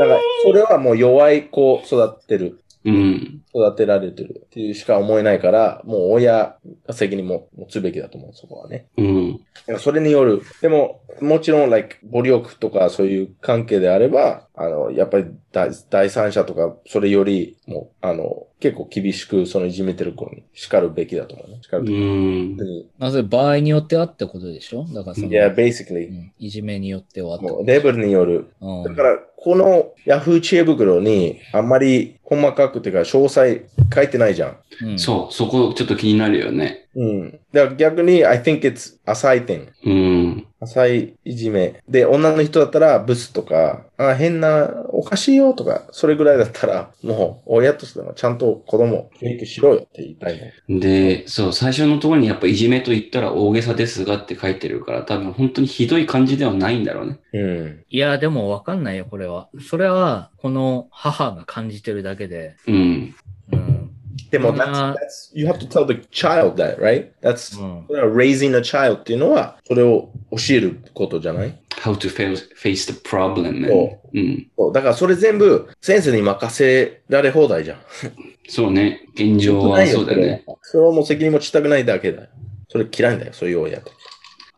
だから、それはもう弱い子を育てる、
うん。
育てられてるっていうしか思えないから、もう親が責任も持つべきだと思う、そこはね。
うん。
だからそれによる。でも、もちろん、like、暴力とかそういう関係であれば、あの、やっぱり第第三者とか、それより、もう、あの、結構厳しく、そのいじめてる子に叱るべきだと思うね。叱
う
るべき。
ん
本当。に
まず場合によってはってことでしょだからその、
いや、
う
basically。
んいじめによってはってこ
もうレベルによる。
と。うん
だから、この Yahoo 知恵袋にあんまり細かくてか、詳細書いてないじゃん。
うん
そう、そこちょっと気になるよね。
うん。だから逆に、I think it's 浅い点。
うん。
浅いいじめ。で、女の人だったら、ブスとか、あ変な、おかしいよとか、それぐらいだったら、もう、親としてもちゃんと子供、教育しろよって言いたいね。
で、そう、最初のところにやっぱいじめと言ったら大げさですがって書いてるから、多分本当にひどい感じではないんだろうね。
うん。
いや、でもわかんないよ、これは。それは、この母が感じてるだけで。
うん。
うん。
でも、
そんな
that's, that's, you have to tell the child that, right? That's,
うん
それは raising a child っていうのは、それを教えることじゃない
How to face, face the problem ね。
そ
うん。
そうだからそれ全部先生に任せられ放題じゃん。
そうね。現状はそうだよね。
それはもう責任持ちたくないだけだよ。それ嫌いんだよ、そういう親と。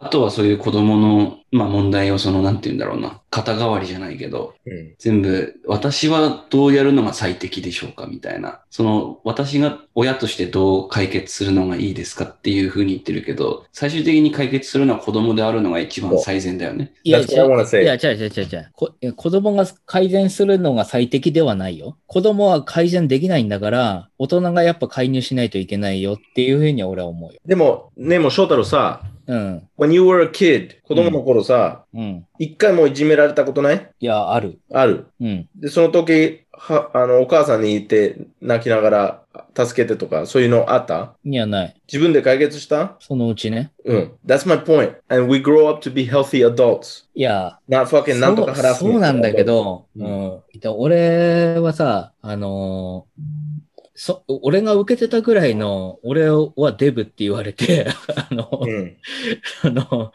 あとはそういう子供の、まあ、問題をその、なんて言うんだろうな。肩代わりじゃないけど、
うん。
全部、私はどうやるのが最適でしょうかみたいな。その、私が親としてどう解決するのがいいですかっていうふうに言ってるけど、最終的に解決するのは子供であるのが一番最善だよね。
いや、
That's what I
違
wanna
う、
say.
いや、違う違う違う違うこいや子供が改善するのが最適ではないよ。子供は改善できないんだから、大人がやっぱ介入しないといけないよっていうふうには俺は思うよ。
でも、ねもう翔太郎さ、
うん。
when you were a kid、子供の頃さ、
うん。
一、回もいじめられたことない
いや、ある。
ある。
うん。
で、その時、は、あの、お母さんに言って泣きながら助けてとか、そういうのあった
いや、ない。
自分で解決した
そのうちね。
うん。That's my point. And we grow up to be healthy adults.
いや、
Not
そ
fucking なんとか
う
ハラスメン
そ
ト
うなんだけ。ど、
う
うんん。で俺はさ、あのーそ、俺が受けてたぐらいの、俺はデブって言われて、 (laughs) あの、
うん。
あの、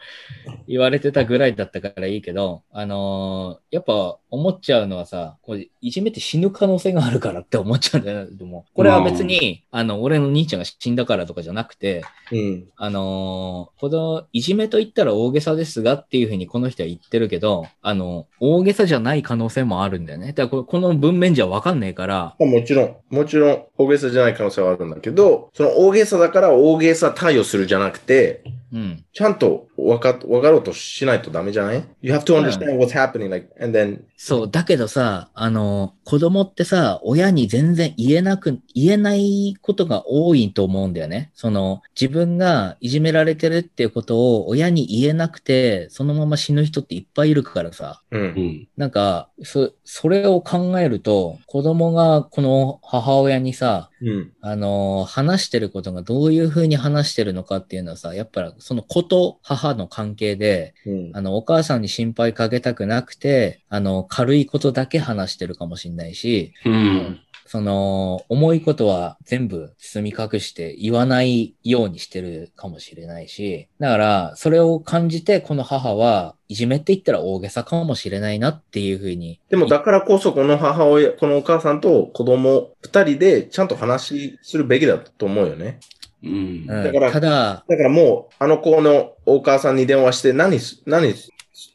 言われてたぐらいだったからいいけど、あのーやっぱ思っちゃうのはさ、これいじめて死ぬ可能性があるからって思っちゃうんだよね。でもこれは別に、あの、俺の兄ちゃんが死んだからとかじゃなくて、
うん。
あのーこの、いじめと言ったら大げさですがっていうふうにこの人は言ってるけど、あの、大げさじゃない可能性もあるんだよね。だからこれこの文面じゃわかんねえから、
まあもちろん、もちろん大げさじゃない可能性はあるんだけど、その大げさだから大げさ対応するじゃなくて、
うん。
ちゃんと分か、分かろうとしないとダメじゃない ?You have to
うん
understand what's happening, like, and then,
そう、だけどさ、あの、子供ってさ、親に全然言えなく、言えないことが多いと思うんだよね。その、自分がいじめられてるっていうことを親に言えなくて、そのまま死ぬ人っていっぱいいるからさ。
う。
うんん。
なんか、そ、それを考えると、子供がこの母親にさ、
うん。
あの、話してることがどういうふうに話してるのかっていうのはさ、やっぱりその子と母の関係で、
うん。
あの、お母さんに心配かけたくなくて、あの、軽いことだけ話してるかもしれないし、
うん。
その、重いことは全部包み隠して言わないようにしてるかもしれないし、だから、それを感じて、この母はいじめって言ったら大げさかもしれないなっていうふうに。
でもだからこそこの母親、このお母さんと子供二人でちゃんと話しするべきだと思うよね。
うん。
うん
だから
ただ、
だからもう、あの子のお母さんに電話して、何す、何す、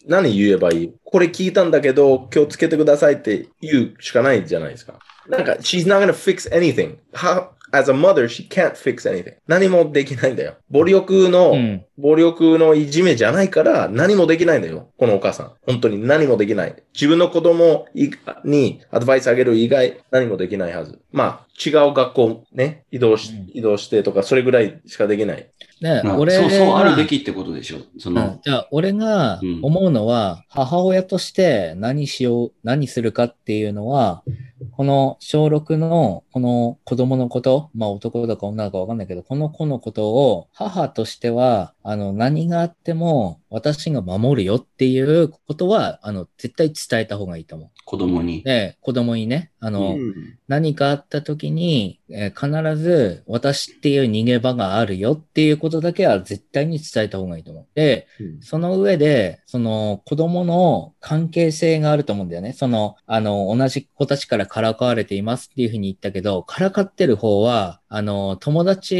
何言えばいいこれ聞いたんだけど、気をつけてくださいって言うしかないじゃないですか。なんか、she's not gonna fix anything. How, as a mother, she can't fix anything. 何もできないんだよ。暴力の、
うん、
暴力のいじめじゃないから何もできないんだよ。このお母さん。本当に何もできない。自分の子供いにアドバイスあげる以外何もできないはず。まあ、違う学校ね、移動し
うん、
移動してとか、それぐらいしかできない。
ね、
まあ
俺
そう、そうある
が
べきってことでしょ。そ
うん
の、
じゃあ、俺が思うのは、母親として何しよう、何するかっていうのは、この小6のこの子供のこと、まあ男だか女だかわかんないけど、この子のことを母としては、あの何があっても私が守るよっていうことは、あの絶対伝えた方がいいと思
子供に
う。。で、子供にね、あの、何かあった時に、えー必ず私っていう逃げ場があるよっていうことだけは絶対に伝えた方がいいと思う。で、
うん
その上で、その子供の関係性があると思うんだよね。その、あの、同じ子たちからからかわれていますっていうふうに言ったけど、からかってる方は、あの、友達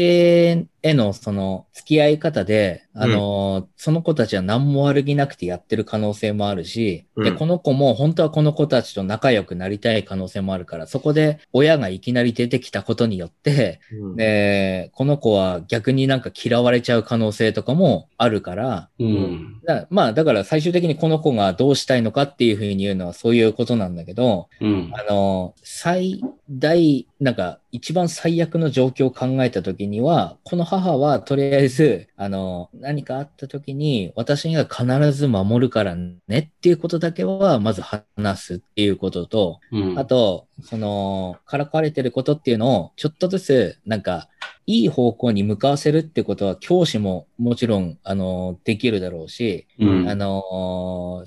へのその付き合い方で、あの、その子たちは何も悪気なくてやってる可能性もあるし、で、
うん
この子も本当はこの子たちと仲良くなりたい可能性もあるから、そこで親がいきなり出てきたことによって、
うん
で、この子は逆になんか嫌われちゃう可能性とかもあるから、
うん。
だまあ、だから最終的にこの子がどうしたいのかっていうふうに言うのはそういうことなんだけど、
うん。
あの、最第、なんか、一番最悪の状況を考えた時には、この母はとりあえず、あの、何かあった時に、私が必ず守るからねっていうことだけは、まず話すっていうことと、
うん。
あと、その、からかわれてることっていうのを、ちょっとずつ、なんか、いい方向に向かわせるってことは、教師ももちろん、あの、できるだろうし、
うん
あの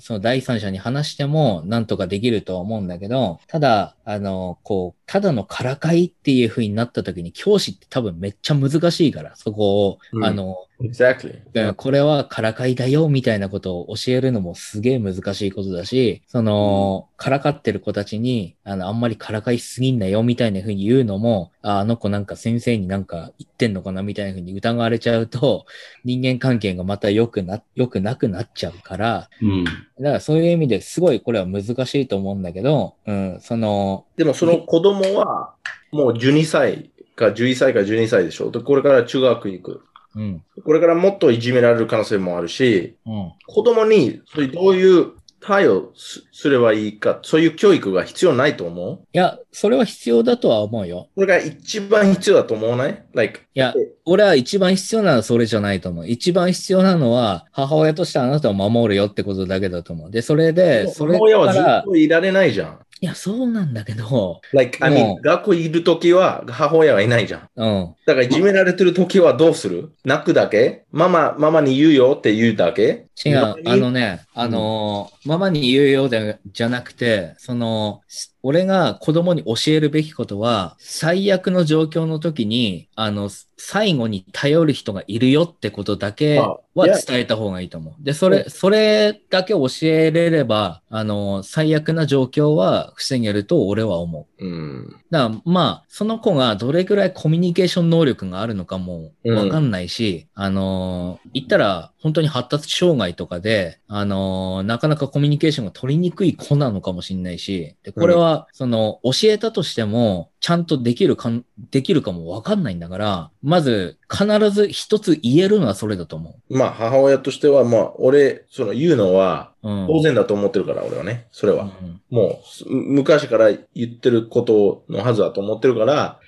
ーその第三者に話してもなんとかできるとは思うんだけど、ただ、あのーこう、ただのからかいっていう風になった時に教師って多分めっちゃ難しいから、そこを、
うん
あの
Exactly.
これはからかいだよみたいなことを教えるのもすげえ難しいことだし、その、からかってる子たちに、あの、あんまりからかいすぎんなよみたいな風に言うのも、ああの子なんか先生になんか言ってんのかなみたいな風に疑われちゃうと、人間関係がまた良くな、良くなくなっちゃうから、
うん。
だからそういう意味ですごいこれは難しいと思うんだけど、うん、その、
でもその子供は、もう12歳か11歳か12歳でしょ。で、これから中学行く。
うん、
これからもっといじめられる可能性もあるし、
うん、
子供に、そういうどういう対応すすればいいか、そういう教育が必要ないと思
い
う
や、それは必要だとは思うよ。
これが一番必要だと思わない ?like,
いや、俺は一番必要なのはそれじゃないと思う。一番必要なのは、母親としてあなたを守るよってことだけだと思う。で、それで、それ
母親
か
はずっ
ら、
といられないじゃん。
いや、そうなんだけど、
like, I
も
mean,
う
学校いるときは母親はいないじゃん。
うん、
だからいじめられてるときはどうする泣くだけママ、ママに言うよって言うだけ
違う。あの
ね。
ね、あのーママに言うようでじゃなくて、その、す俺が子供に教えるべきことは、最悪の状況の時に、あの、す最後に頼る人がいるよってことだけ
あ
は伝えた方がいいと思う。で、それ、それだけ教えれれば、あのー最悪な状況は防げると俺は思う。
うん。
だからまあ、その子がどれくらいコミュニケーション能力があるのかも
うん
わかんないし、あのー言ったら本当に発達障害とかで、あのーなかなかコミュニケーションが取りにくい子なのかもしれないし、でこれは、その、教えたとしても、ちゃんとできるかん、できるかもわかんないんだから、まず、必ず一つ言えるのはそれだと思
まあ、母親としては、まあ、俺、その言うのは、
う。うん。
当然だと思ってるから、俺はね。それ
う
は。
ん
もうす、昔から言ってることのはずだと思ってるから、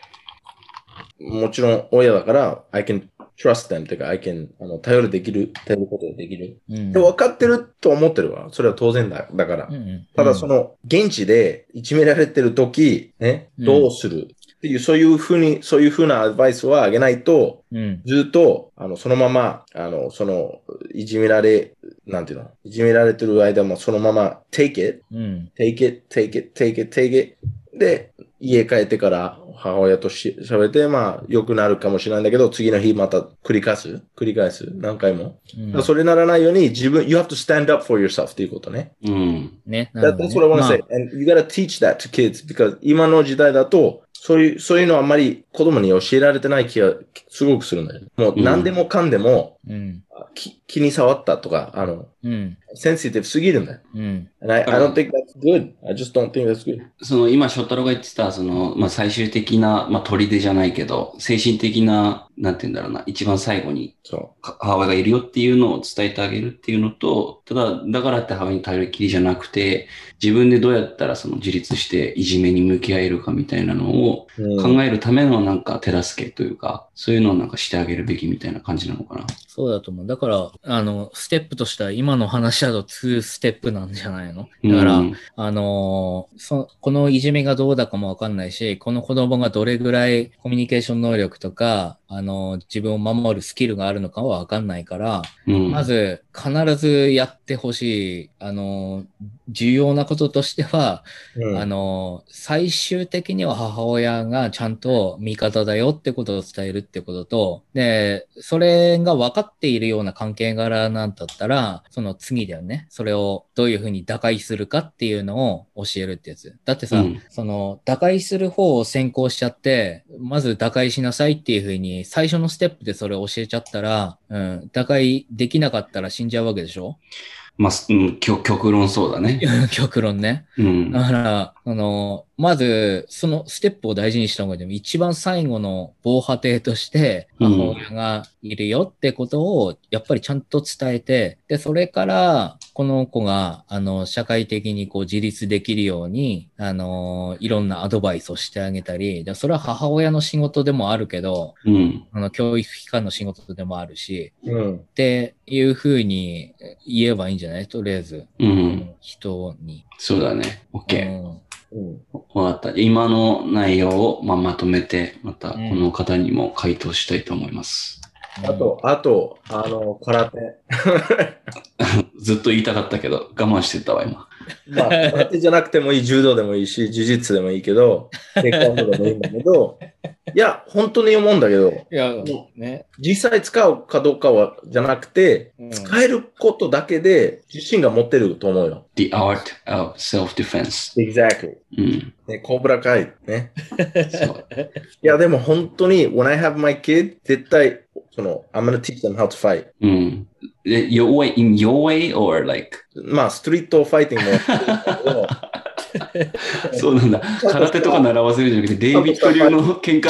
もちろん親だから、I can trust them てか、I can あの頼るできる、頼ることができる。
うん。
で分かってると思ってるわ。それは当然だだから
うん。うん
ただそ、の、現地でいじめられてる時、ね、
うん
どうするっていう、そういうふうに、そういうふうなアドバイスはあげないと、
うん。
ずっと、あの、そのまま、あの、その、いじめられ、なんていうのいじめられてる間もそのまま、take it,
うん。
take it, take it, take it, take it. で、家帰ってから母親とし喋って、まあ、良くなるかもしれないんだけど、次の日また繰り返す繰り返す何回も。
うん
だからそれならないように、自分、you have to stand up for yourself っていうことね。
うん。
ね。なる
That,
ほどね
that's what I want
ま
to
あ
say. And you gotta teach that to kids because 今の時代だと、そういう、そういうのあんまり子供に教えられてない気がすごくするんだよね。もう
うん
何でもかんでも、
うん。
き気に触ったとか、あの、
うん。
センシティブすぎるんだよ。
うん。
And I, I don't think that's good. I just don't think that's good.
その今、翔太郎が言ってた、その、まあ、最終的な、まあ、砦じゃないけど、精神的な、なんて言うんだろうな、一番最後に
そ
か母親がいるよっていうのを伝えてあげるっていうのと、ただ、だからって母親に頼りっきりじゃなくて、自分でどうやったらその自立していじめに向き合えるかみたいなのを
う。うん
考えるためのなんか手助けというか、そういうのをなんかしてあげるべきみたいな感じなのかな。
そうだと思う。だから、あの、ステップとしては今の話だと2ステップなんじゃないのだから、
うん
あのーそ、このいじめがどうだかもわかんないし、この子供がどれぐらいコミュニケーション能力とか、あのー自分を守るスキルがあるのかはわかんないから、
うん、
まず、必ずやってほしい、あのー重要なこととしては、
うん
あの、最終的には母親がちゃんと味方だよってことを伝えるってことと、で、それが分かっているような関係柄なんだったら、その次だよね。それをどういうふうに打開するかっていうのを教えるってやつ。だってさ、
うん
その、打開する方を先行しちゃって、まず打開しなさいっていうふうに、最初のステップでそれを教えちゃったら、うん、打開できなかったら死んじゃうわけでしょ (laughs)
まあ、すうん、極極論そうだね。
極論ね。
うん。
だから、あの、まず、そのステップを大事にした方がいいと思う。一番最後の防波堤として、
うん
母親がいるよってことを、やっぱりちゃんと伝えて、で、それから、この子が、あの、社会的にこう自立できるように、あの、いろんなアドバイスをしてあげたり、でそれは母親の仕事でもあるけど、
うん。
あの、教育機関の仕事でもあるし、
うん
っ。ていうふうに言えばいいんじゃないとりあえず、
うん。
人に。
そうだね。
う
OK。
ん
うん。
わかった。今の内容を、まあ、まとめて、またこ
うん
の方にも回答したいと思います。
あと、あと、あの、空手。
ずっと言いたかったけど、我慢してたわ、今。
まあ、空手じゃなくてもいい、柔道でもいいし、呪術でもいいけど、テコンドーでもいいんだけど、いや、本当に思うんだけど、
いや
も、
ね。
実際使うかどうかは、じゃなくて、
うん
使えることだけで自信が持てると思うよ。
The art of self-defense。
Exactly.
うん。
ね、コブラカイね。
そう。
いや、でも本当に、when I have my kid, 絶対、その、I'm gonna teach them how to fight.
うん。で your way, in your way or like?
まあ、ストリートファイティングも (laughs) やってるんだけど、
(laughs) そうなんだ。空手とか習わせるんじゃなくて、デイビッド流の喧嘩、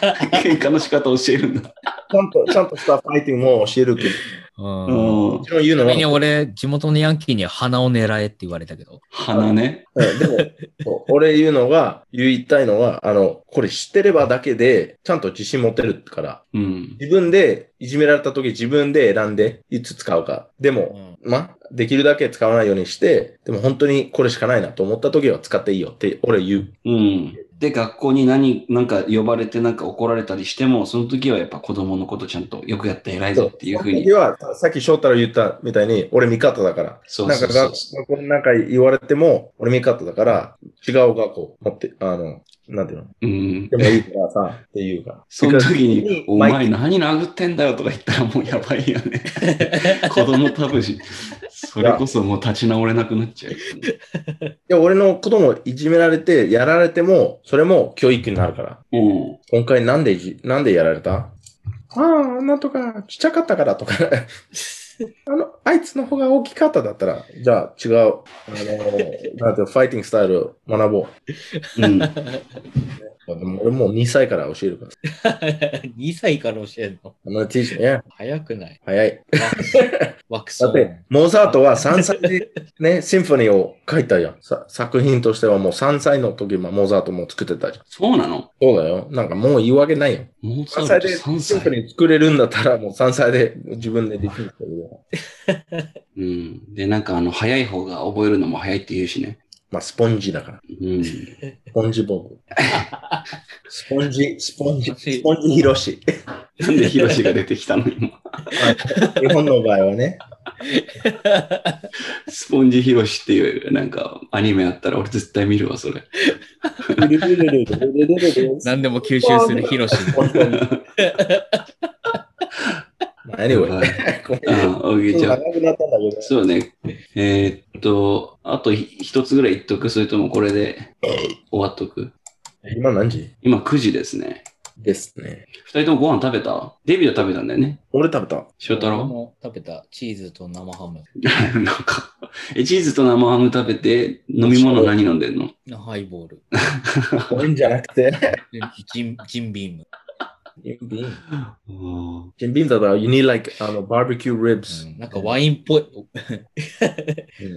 (laughs) 喧嘩の仕方を教えるんだ。
ちゃんと、ちゃんとしたファイティングも教えるけど、
うん。
う
ち
ん。
もちろん言うの
な
は
み、に俺、地元のヤンキーに鼻を狙えって言われたけど。
鼻ね。
うんでも、そう俺言うのが、言いたいのは、あの、これ知ってればだけで、ちゃんと自信持てるから、
うん。
自分で、いじめられた時自分で選んで、いつ使うか。でも、ま、できるだけ使わないようにして、でも本当にこれしかないなと思った時は使っていいよって、俺言う。
うん。で、学校に何、なんか呼ばれてなんか怒られたりしても、その時はやっぱ子供のことちゃんとよくやって偉いぞっていうふう
そ
に。
の時は、さっき翔太郎言ったみたいに、俺味方だから。
そう
なん
そ
か
うそう
学。校なんか言われても、俺味方だから、違う学校持って、あの、なんていうの
うん。
でもいいからさ、っていうから。
その時
Because-、
にお前何殴ってんだよとか言った
(laughs)
らもうやばいよね。子供多分し、それこそもう立ち直れなくなっちゃう。
いや、俺の子供いじめられて、やられても、それも教育になるから。
うん。
今回なんでいじ、なんでやられたああ、なんとか、ちっちゃかったから (laughs) とか。あの、あいつの方が大きかっただったら、じゃあ違う、あの、なんていうのファイティングスタイルを学ぼ
うん。
う。でも俺もう2歳から教えるから。
2歳から教えるの
あの、ティーチね、
早くない
早い。
枠
だ
そ
って、モーツァートは3歳で、 (laughs) ね、シンフォニーを書いたじゃん。さ作品としてはもう3歳の時、まあ、モーツァートも作ってたじゃん。
そうなの
そうだよ。なんかもう言うわけないよ。
モーツァ
3歳
ルト
で
3
シンプ
歳。
ルに作れるんだったら、もう3歳で自分でできるんだけど。
うん。で、なんかあの、早い方が覚えるのも早いって言うしね。
まあ、スポンジだから。
うん。
スポンジボブ。スポンジ、スポンジ、
私
スポンジヒロシ。
(laughs) なんでヒロシが出てきたの今。
日本の場合はね。
(laughs) スポンジヒロシっていう、なんかアニメあったら俺絶対見るわ、それ。
何でも吸収するヒロシ。
まあ anyway。
はい
ごめ
あ
ん
ー、オッケーじゃあ
長くなったんだけど。
そうね。えーっと、あとひ一つぐらい言っとくそれともこれで終わっとく
今何時
今9時ですね。
ですね。
二人ともご飯食べたデビューは食べたんだよね。
俺食べた。
翔太
僕
郎
も食べたチーズと生ハム。
(laughs) なんか、え、チーズと生ハム食べて、飲み物何飲んでんの
ハイボール。
ごめんじゃなくて。
でジンジンビーム。
ジンビーム。
うん
ジンビームだったら、you need like, あの、barbecue
う
ribs.
んなんかワインっぽい、
うん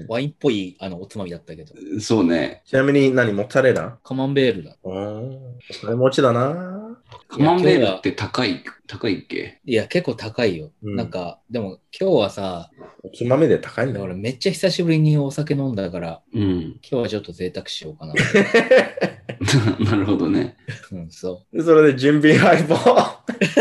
ワインっぽいあのおつまみだったけど。
そうね。
ちなみに何モッツァレラ
カマンベールだ。
おーお金持ちだな。
カマンベールって高い、高いっけ
いや、結構高いよ。
うん
なんか、でも今日はさ、
おつまみで高いんだよ。
俺めっちゃ久しぶりにお酒飲んだから、
うん。
今
(laughs)
日はちょっと贅沢しようかな。
なるほどね。
うん、そ
でそれで準備配
(laughs)
報。
う。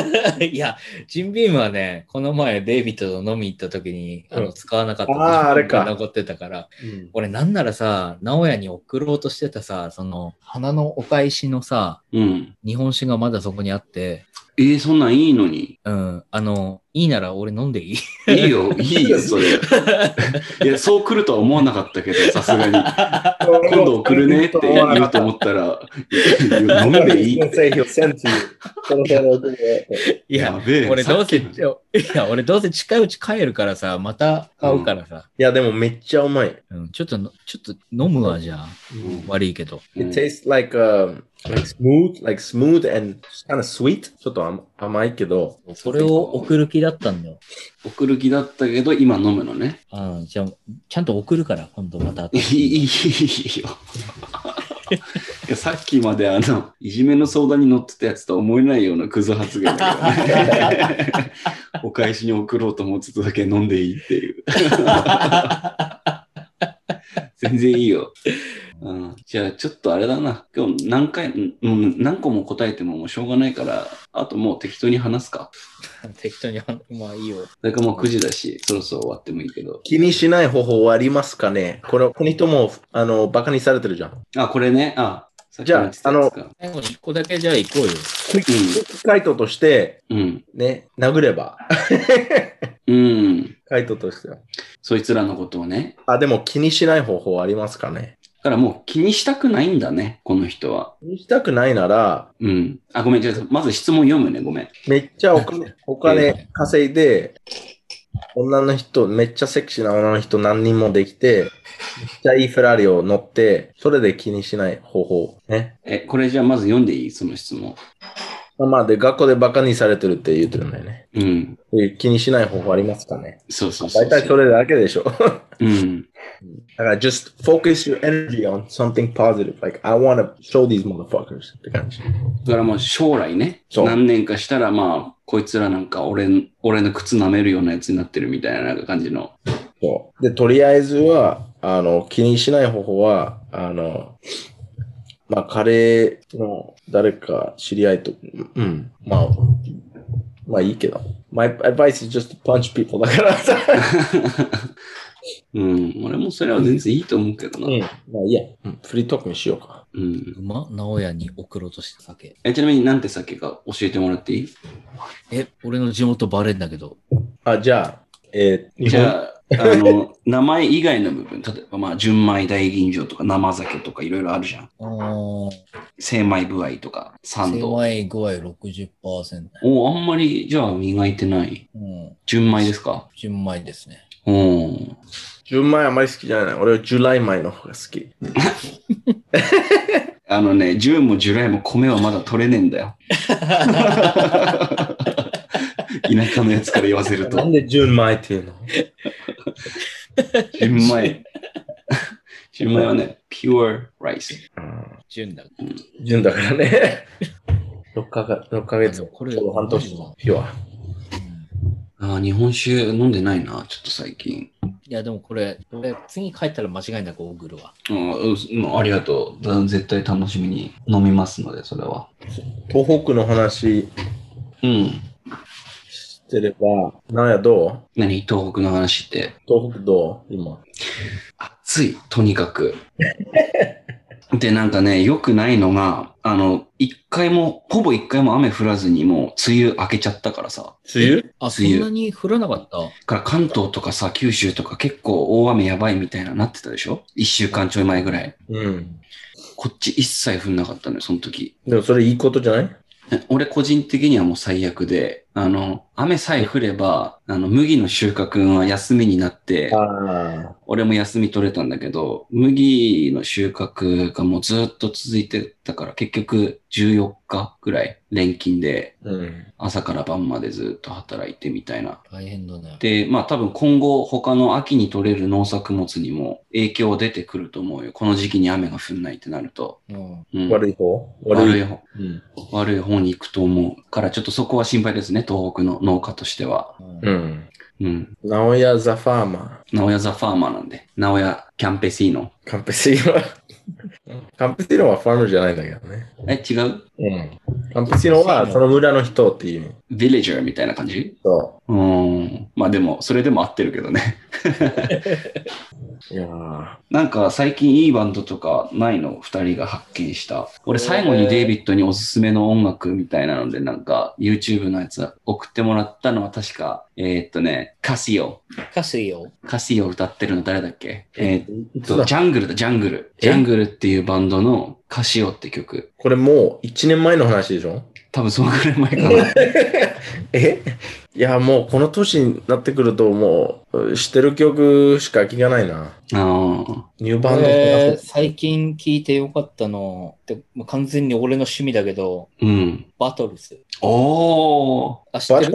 (laughs) いや、ジンビームはね、この前デイビッドと飲み行った時にあ
う
の
ん
使わなかった。
あーあれか
残ってたから。俺なんならさ、直哉に送ろうとしてたさ、その、花のお返しのさ、
うん。
日本酒がまだそこにあって、
えーそんなんいいのに。
うん、あの、いいなら俺飲んでいい
い
(laughs)
いよ、いいよ、それ。いや、そう来るとは思わなかったけど、さすがに。今度送るねって言うと思ったら、いや飲んでいいって。
say he'll send to you. その辺で送るね
いや、
べえ
俺どうせ、い
さっきの
や、俺どうせ近いうち帰るからさ、また買うからさ、
いや、でもめっちゃうまい。
うんちょっとの、ちょっと飲むわ、じゃあ。悪いけど。
う
It
ん
tastes like, um, Like smooth, like smooth and kind of sweet. ちょっと甘甘いけど、
それを送る気だったんだよ。
送る気だったけど、今飲むのね。
あじゃあ、ちゃんと送るから、今度また。
いい、いい、いいよ。いやさっきまであの、いじめの相談に乗ってたやつとは思えないようなクズ発言だからね。お返しに送ろうと思ってただけ飲んでいいっていう。全然いいよ。うん、じゃあちょっとあれだな。今日何回、うん、何個も答えてももうしょうがないから、あともう適当に話すか。
(laughs) 適当に、まあいいよ。
それかもう9時だし、そろそろ終わってもいいけど。
気にしない方法はありますかねこれ、この人も、あの、バカにされてるじゃん。
あ、これね。あ、さっき
じゃあ
言ってたやつか
最後に1個だけじゃあ行こうよ。
回答として、
うん。うん。
ね、殴れば。
うん。
回答としては。
そいつらのことをね。
あ、でも気にしない方法はありますかね
だからもう気にしたくないんだね、この人は。
気にしたくないなら、
うん。あ、ごめん、ちょっとまず質問読むね、ごめん。
めっちゃお金お金稼いで、女の人、めっちゃセクシーな女の人何人もできて、めっちゃいいフェラーリを乗って、それで気にしない方法。ね。
え、これじゃあまず読んでいいその質問。
まあで、学校でバカにされてるって言ってるんだよね。
うん。
え気にしない方法ありますかね
そうそうそう
大体それだけでしょ。だか
うん。
ら、just focus your energy on something positive. Like, I wanna show these motherfuckers って感じ。
だからもう将来ね、
そう
何年かしたらまあ、こいつらなんか俺ん、俺の靴舐めるようなやつになってるみたいななんか感じの。
そう。で、とりあえずは、あの、気にしない方法は、あの、まあ、彼の誰か知り合いと、うん、まあ、まあいいけど。My advice is just to punch people だからさ。
うん。俺もそれは全然いいと思うけど
う
な。
ん、まあいいや、うんフリートークにしようか。
うん。
うま、直哉に送ろうとした酒。
え、ちなみになんて酒か教えてもらっていい
え、俺の地元バレんだけど。
あ、じゃあ、えー、日
じ
本
ゃあ、あの、名前以外の部分、例えば、まあ、純米大吟醸とか生酒とかいろいろあるじゃん。
あー、
精米具合とか、酸
精
度。
米具合60%。
おあんまり、じゃあ磨いてない。
うん。
純米ですか
純米ですね。
うん。
純米あまり好きじゃない。俺はジュライ米の方が好き。
あのね、純もジュライも米はまだ取れねえんだよ。田舎のやつから言わせる
なん
と。
で純米っていうの
純米。純米はね、pure rice。
うん
純だ。
純だからね。6ヶ月、六ヶ
あで
月、
もこれ
ちょうど半年の日は。
ああ、日本酒飲んでないな、ちょっと最近。
いや、でもこれ、これ次帰ったら間違いなく送るわ。
うん、うんありがとう。だ絶対楽しみに飲みますので、それは。
東北の話
うん。
してれば、なんやどう
何東北の話って。
東北どう今。
暑い、とにかく。で、なんかね、良くないのが、あの、一回も、ほぼ一回も雨降らずにもう梅雨明けちゃったからさ。
梅雨
あ、そ
梅雨
んなに降らなかった
だから関東とかさ、九州とか結構大雨やばいみたいななってたでしょ一週間ちょい前ぐらい。
うん。
こっち一切降んなかったのよ、その時。
でもそれいいことじゃない
え俺個人的にはもう最悪で、あの、雨さえ降れば、あの、麦の収穫は休みになって、
ああ。
俺も休み取れたんだけど、麦の収穫がもうずっと続いてたから、結局14日ぐらい連勤で
うん。
朝から晩までずっと働いてみたいな。
大変だね。
で、まあ多分今後他の秋に取れる農作物にも影響出てくると思うよ。この時期に雨が降んないってなると。
うん。
うん、
悪
い。
い方
悪
い。
い方
うん。
悪い方に行くと思うから、ちょっとそこは心配ですね、東北の農家としては。
う
うんん。
うん。
ナオヤ・ザ・ファーマ
直屋ザ・ファーマーなんで、直屋キャンペシーノ。
ー。カンペシーノは。カンペシーノ (laughs) はファーマーじゃないんだけどね。
え、違う
うん。カンペシーノはその村の人っていう意味。
ビレジャーみたいな感じ
そう
ーん。まあでも、それでも合ってるけどね。 (laughs)
う。いやー
なんか最近いいバンドとかないの二人が発見した。俺最後にデイビッドにおすすめの音楽みたいなので、なんか YouTube のやつ送ってもらったのは確か、えーっとね、カシオ。
かせよ。
カシオ歌ってるの誰だっけえーっ
つ
と、
だ
ジャングルだ、ジャングル。
え
ジャングルっていうバンドのカシオって曲。
これもう1年前の話でしょ
多分そのくらい前かな。
えいや、もうこの年になってくると、もう、知ってる曲しか聞かないな。
ああ。
ニューバンド
俺、最近聞いてよかったのって、もう完全に俺の趣味だけど、
うん。
バトルズ。
おー。
あ、知ってる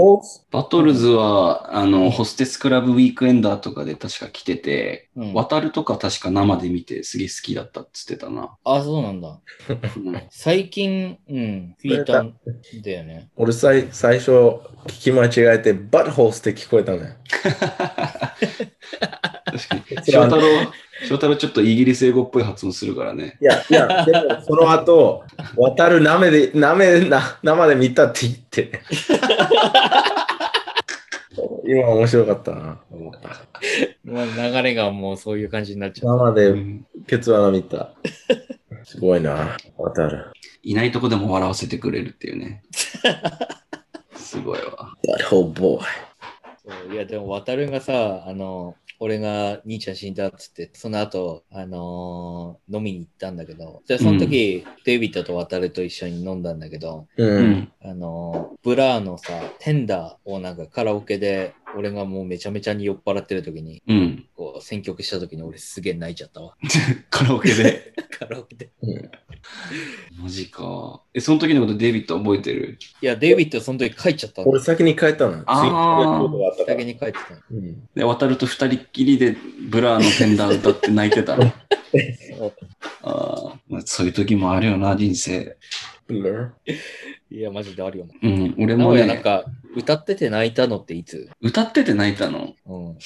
バトルズは、あの、ホステスクラブウィークエンダーとかで確か来てて、
うん。
渡るとか確か生で見てすげえ好きだったっつってたな。
あ、そうなんだ。
うん
最近、うん、聞いたんだよね。
俺さい最初聞き間違えてバッホースって聞こえたね。
確 (laughs) かに。翔太郎、翔太郎ちょっとイギリス英語っぽい発音するからね。
いや、いや、でもその後、渡るなめで、なめな、生で見たって言って。今面白かったな。
まあ、流れがもうそういう感じになっちゃう。
生
う
で
ん
ケツ穴見た。すごいな、渡る。
いないとこでも笑わせてくれるっていう (laughs) ね。すごいわ。
バッホーボーイ。
そういや、でも、渡るがさ、あの、俺が兄ちゃん死んだっつって、その後、あのー飲みに行ったんだけど、じゃあその時、デイビッドと渡ると一緒に飲んだんだけど、
う。
うんん。
あのーブラーのさ、テンダーをなんかカラオケで、俺がもうめちゃめちゃに酔っ払ってる時に、
うん。
こう、選曲した時に俺すげえ泣いちゃったわ。
カラオケで。
カラオケで。
マジか。え、その時のことデイビッド覚えてる
いや、デイビッドその時帰っちゃったの
俺。先に帰ったの。
あー
次のことがあったから
先に帰ってたの。
うん
で、渡ると二人っきりでブラーのフェンダー歌って泣いて
(laughs)
たの。あーまあ、そういう時もあるよな、人生。
うん
いや、マジであるよな。
うん、俺
名
も
古屋なん
ね、
か、歌ってて泣いたのっていつ
歌ってて泣いたの。
うん。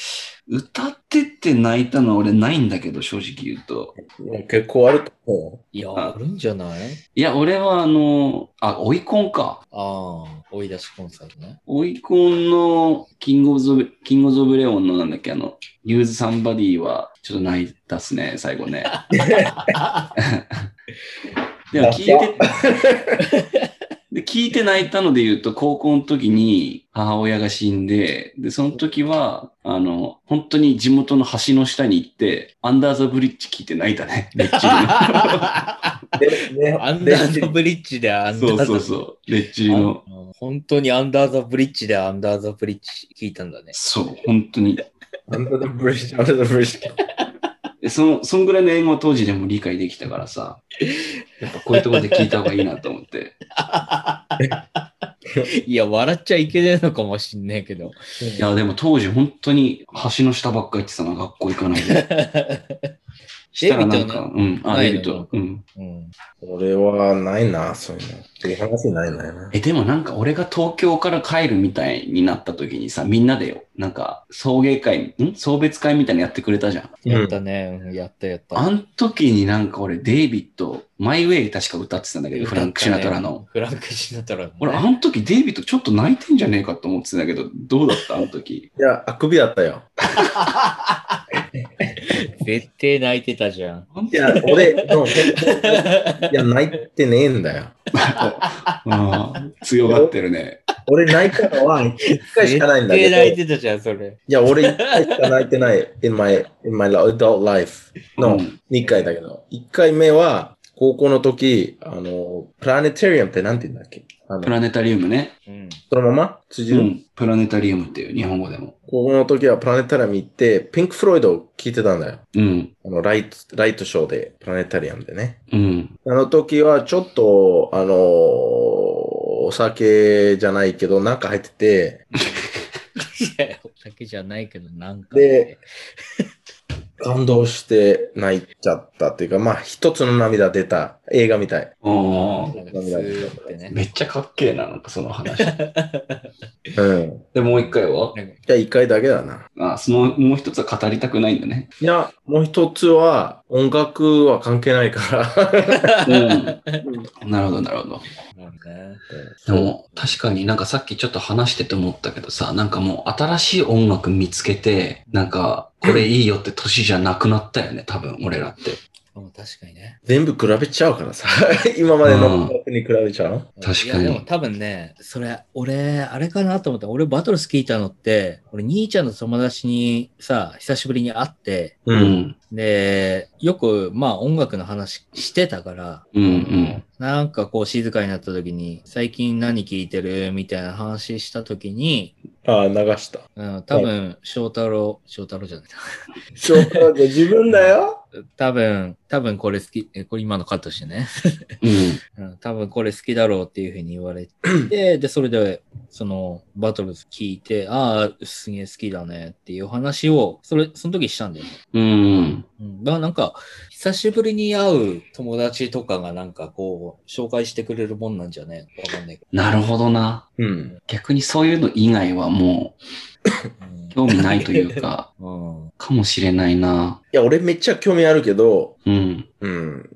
歌ってて泣いたのは俺ないんだけど、正直言うと。
もう結構あると思
いや、
あ
あるんじゃない
いや、俺はあの、あ、オイコンか。
ああ、追い出しコンサート
(laughs)
ね。
オイコンのキングオブゾブ、キングオブゾブレオンのなんだっけ、あの、ユーズサンバディはちょっと泣いたっすね、最後ね。 (laughs) でも聞いて、で、聞いて泣いたので言うと、高校の時に母親が死んで、で、その時は、あの、本当に地元の橋の下に行って、アンダーザブリッジ聞いて泣いたね。レッチリ
う。で、ね
アンダーザブリッジでアンダー (laughs)
の。そ
ザ
うそうそう。レッチリの。
あの本当にアンダーザブリッジでアンダーザブリッジ聞いたんだね。
そう、本当に。
アンダーザブリッジ、アンダーザブリッジ。
でその、そんぐらいの英語は当時でも理解できたからさ、 (laughs) やっぱこういうところで聞いた方がいいなと思って。
いや、笑っちゃいけないのかもしんないけど。
(laughs) いや、でも当時本当に橋の下ばっか行ってたな、学校行かない (laughs) で。 (laughs) したらなんか、うん、あ、
ないの
デビッド、うん。
うん。
俺はないな、そういうの。そういう話ないないな。
え、でもなんか俺が東京から帰るみたいになった時にさ、みんなでよ、なんか送迎会、ん送別会みたいなのやってくれたじゃん。
うん
やったね。うんやったやった。
あん時になんか俺、デイビッド、マイウェイ確か歌ってたんだけど、フランク・シナトラの。
フランクシナトラのね。
俺、あの時デイビッドちょっと泣いてんじゃねえかと思ってたんだけど、どうだったあの時。
いや、あくびだったよ。
絶対泣いてたじゃん。
いや、俺、うんいや、泣いてねえんだよ。
ああ、強がってる (laughs) ね。
俺泣いたのは一回しかないんだけ
絶
ど。
対泣い
い
てたじゃん、それ。
や、俺一回しか泣いてない。in my, in my adult life
う
の
ん
二回だけど。一回目は、高校の時、あの、プラネタリウムってなんて言うんだっけあ
プ
の、
ラネタリウムね。
うん。
そのまま辻
う
の
ん。プラネタリウムっていう、日本語でも。
高校の時はプラネタリウム行って、ピンク・フロイドを聴いてたんだよ。
うん。
あの、ライト、ライトショーで、プラネタリウムでね。
うん。
あの時はちょっと、あのーお酒じゃないけど、なんか入ってて、
いや、お酒じゃないけど、なんか、
で、感動して泣いちゃったっていうか、まあ、一つの涙出た映画みたい。
おー
なんかスーッてね。
めっちゃかっけえな、なんかその (laughs) 話。
うん。
で、もう一回は
なんか
じゃあ、一回だけだな。
あ、その、もう一つは語りたくないんだね。
いや、もう一つは、音楽は関係ないから。
うん。なるほど、なるほど。
なんかね
(laughs) でも、確かになんかさっきちょっと話してて思ったけどさ、なんかもう新しい音楽見つけて、なんか、これいいよって年じゃなくなったよね、多分、俺らって。
うん確かにね。
全部比べちゃうからさ。 (laughs) 今までの音楽に比べちゃう
確かに
いや、でも多分ね、それ、俺、あれかなと思った。俺、バトルス聞いたのって、俺、兄ちゃんの友達にさ、久しぶりに会って、
う。
うんん。
で、よく、まあ、音楽の話してたから、
うんうん。
なんかこう、静かになった時に、最近何聞いてるみたいな話した時に、
ああ、流した。
うん、多分、翔太郎、翔太郎じゃない。
そうか、自分だよ。
多分、多分これ好き、えこれ今のカットしてね。 (laughs)
うん。
うん、多分これ好きだろうっていうふうに言われ
(laughs)
て、で、それで、その、バトルズ聞いて、ああ、すげえ好きだねっていう話を、それ、その時したんだよね。
うん。
うん、だからなんか、久しぶりに会う友達とかがなんかこう、紹介してくれるもんなんじゃねわかんないけ
なるほどな。
うん。
逆にそういうの以外はも
ど。
う興味ないという
(laughs)
か、
うん。うん
かもしれないな。
いや、俺めっちゃ興味あるけど、
うん。
うん。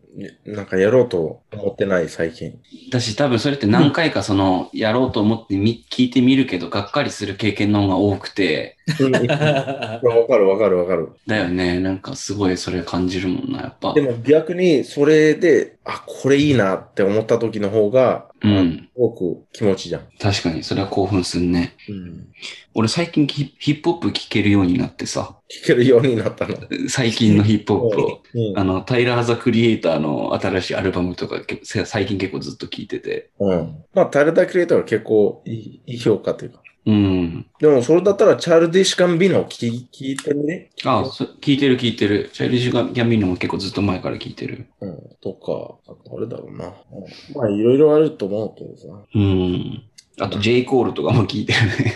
なんかやろうと思ってない、最近。
だし多分それって何回かその、やろうと思ってみ聞いてみるけど、がっかりする経験の方が多くて、 (laughs)
わかるわかるわかる。
だよね。なんかすごいそれ感じるもんな、やっぱ
で。も逆に、それで、あ、これいいなって思った時の方が、
うん。
すごく気持ちじゃん。
確かに、それは興奮すんね。
うん。
俺最近ヒヒップホップ聴けるようになってさ、
聞けるようになったの。
最近のヒップホップを。
うん
あの、タイラー・ザ・クリエイターの新しいアルバムとか、けせ最近結構ずっと聴いてて。
うん。まあ、タイルダクリエイターは結構いいいい評価というか。
うん。
でも、それだったら、チャールディシカンビノを聞き聞いてみね。
あ、そ聞いてる聞いてる。チャイルジュ・ギャンビーノも結構ずっと前から聞いてる。
うん。とか、あとあれだろうな。うんまあ、いろいろあると思うけどさ。
うん。あと、J. コールとかも聞いてるね。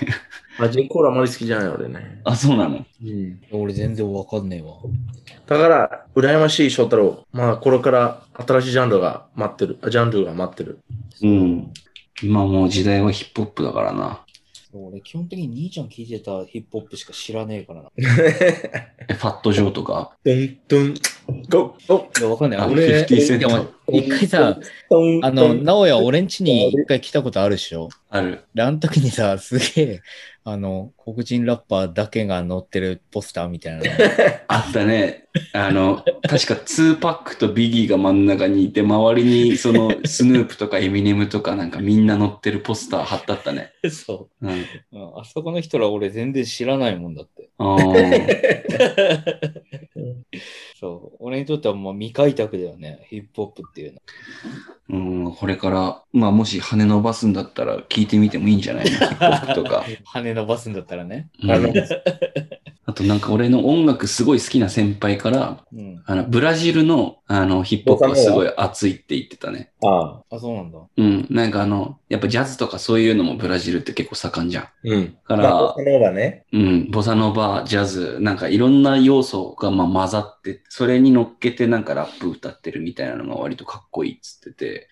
あ、ジェイコールあまり好きじゃない、俺ね。
(laughs) あ、そうなの
うん。
俺全然わかんねえわ。
だから、羨ましい翔太郎。まあ、これから新しいジャンルが待ってる。あジャンルが待ってる。
うん。今もう時代はヒップホップだからな。
俺基本的に兄ちゃん聞いてたヒップホップしか知らねえからな。い
え、ファット・ジョーとか。
トントン、ゴッ、ゴ
や、わかんない。
あ
俺、
50セント
いやま一回さ、
ッ、
あの、直哉俺ん家に一回来たことあるでしょ
ある。
で、あの時にさ、 (laughs) すげえ、あの、黒人ラッパーだけが載ってるポスターみたいなの。
あったね。あの、確か2パックとビギーが真ん中にいて、周りにそのスヌープとかエミネムとかなんかみんな乗ってるポスター貼ってあったね。
(laughs) そ
うん。
う、ん。あそこの人ら俺全然知らないもんだって。
あー
そう。俺にとってはもう未開拓だよね。ヒップホップって (laughs) いうの。
うん、これから、まあもし羽伸ばすんだったら聞いてみてもいいんじゃないのヒップホップと
(laughs)
か。
羽伸ばすんだったらね。
うん
あの、
(laughs) あとなんか俺の音楽すごい好きな先輩から、
うん。
あの、ブラジルのあのヒップホップがすごい熱いって言ってたね。
ああ
あ、そうなんだ。
うん。なんかあの、やっぱジャズとかそういうのもブラジルって結構盛んじゃん。
うん。ま
か
あ
ら
ボ、サノーバね。
うん、ボサノバ、ジャズ、なんかいろんな要素がまあ混ざって、それに乗っけてなんかラップ歌ってるみたいなのが割とかっこいいっつってて。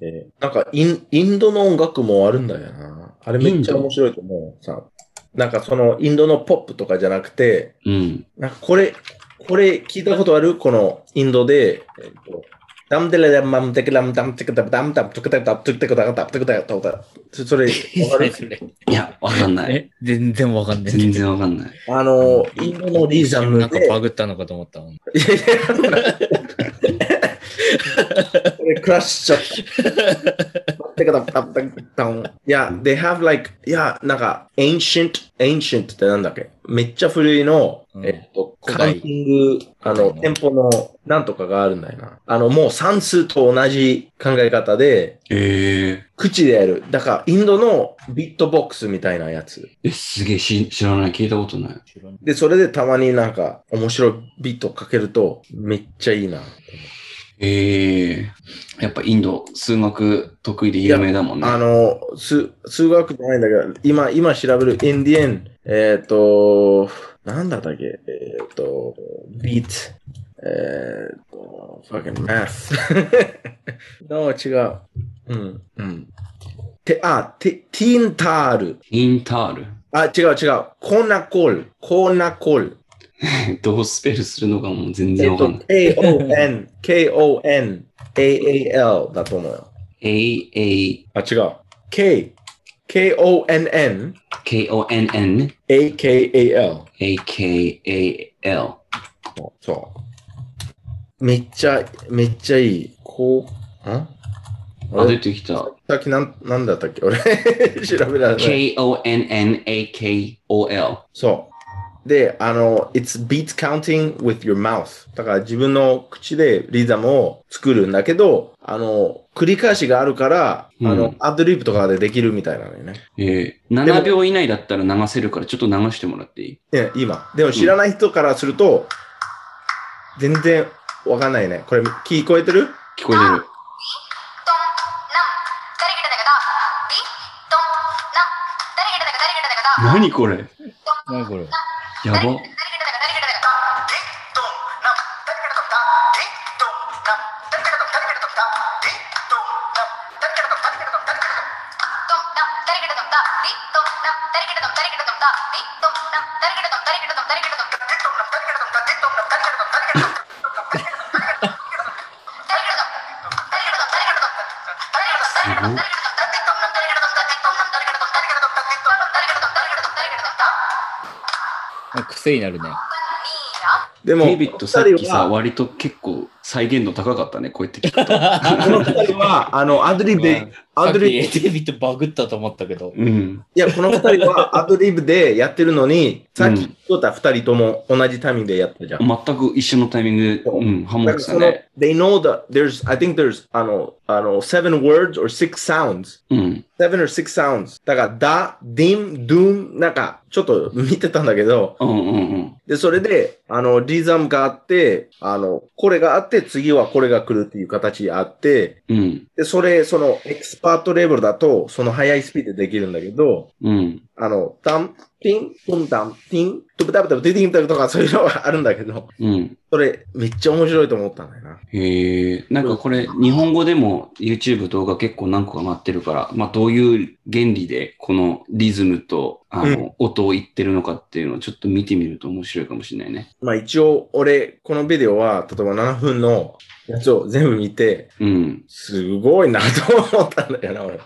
えーなんかイン、インドの音楽もあるんだよな。あれめっちゃ
インド
面白いと思う。さ、なんかその、インドのポップとかじゃなくて、
うん。
なんかこれ、これ聞いたことあるこのインドで、えっと、ダムデレダムマムテケラムダムテケダムダムダムトケダムダムトケダムダムダムトケダムダムダムそそれ、わかる
いや、わかんない。
え、全然わかんない。
全然わかんない。
あの、インドのリズム
なんか
で、
バグったのかと思ったもん。
いやいやこれクラッシュしち
(laughs)
ゃった。てかだだだだんいや、they have like, いや、なんか、ancient, ancient ってなんだっけめっちゃ古いの、
うん
えっと、
古
カ
代
ンティング、あの、
古代
店舗のなんとかがあるんだよな。あの、もう算数と同じ考え方で、
ええ
口でやる。だから、インドのビットボックスみたいなやつ。
え、すげえし知らない、聞いたことない。
知らない
で、それでたまになんか、面白いビットかけると、めっちゃいいな。
ええやっぱインド、数学得意で有名だもんね。
あの、数、数学じゃないんだけど、今、今調べる、インディエン、えっ、と、なんだったっけ、えっ、と、ビート、えっ、と、fucking math。の、違う。うん、うん。て、あ、て、ティンタール。
インタール。 (laughs)
あ、違う違う。コナコル。コナコル。
どうスペルするのかもう全
えっ、
然わか
と
んない。、
K-O-N、K-O-N、A-A-L だと思うよ。
A, A,
あ、違う。K、K-O-N-N、
K, O, N, N,
AKAL。
A, K, A, L。
そめっちゃ、めっちゃいい。こう、ん
あ、
あ
出
れ
てきた。
さっきなん、なんだったっけ俺、 (laughs) 調べられない。
K-O-N-N-A-K-O-L。
そう。で、あの、it's beat counting with your mouth。だから自分の口でリズムを作るんだけど、あの、繰り返しがあるから、あ
う
の
ん、
アドリブとかでできるみたいなのよね。
えー、
でも
7秒以内だったら流せるから、ちょっと流してもらっていい
いや今。でも知らない人からすると、全然わかんないね。これ聞こえてる
聞こえてる。何これ
何これ
やば。
あ癖になるね。
でも、
デイビッドさっきさ、
こ
割と結構再現度高かったね、こうやって聞くと。
の二人は、あの、アドリブで、
さ
ア
っき
ドリブ、い
デビットバグったと思ったけど。
うん。
や、この二人はアドリブでやってるのに、さっき
う
聞
ん
こえた二人とも同じタイミングでやったじゃん。
全く一緒のタイミングで、
そう
うん、ハモっ
なんか
て
そ
た
の
ね。
they know that there's, I think there's, あの、あの、seven words or six sounds.
うん。
seven or six sounds. だから、だ、dim, doom, なんか、ちょっと見てたんだけど、
うんうんうん。
で、それで、あの、リズムがあって、あの、これがあって、次はこれが来るっていう形あって、
うん。
で、それ、その、エキスパートレベルだと、その速いスピードでできるんだけど、
うん。
あの、ダン、ティン、トンダン、ティン、トブタブタブティティンタブとかそういうのがあるんだけど、
うん。
それ、めっちゃ面白いと思ったんだよな。
へえ、なんかこれ、日本語でも YouTube 動画結構何個か上がってるから、まあどういう原理でこのリズムとあの、
う
音を言ってるのかっていうのをちょっと見てみると面白いかもしれないね。
まあ一応、俺、このビデオは、例えば7分のやつを全部見て、
うん。
すごいなと思ったんだよな、俺。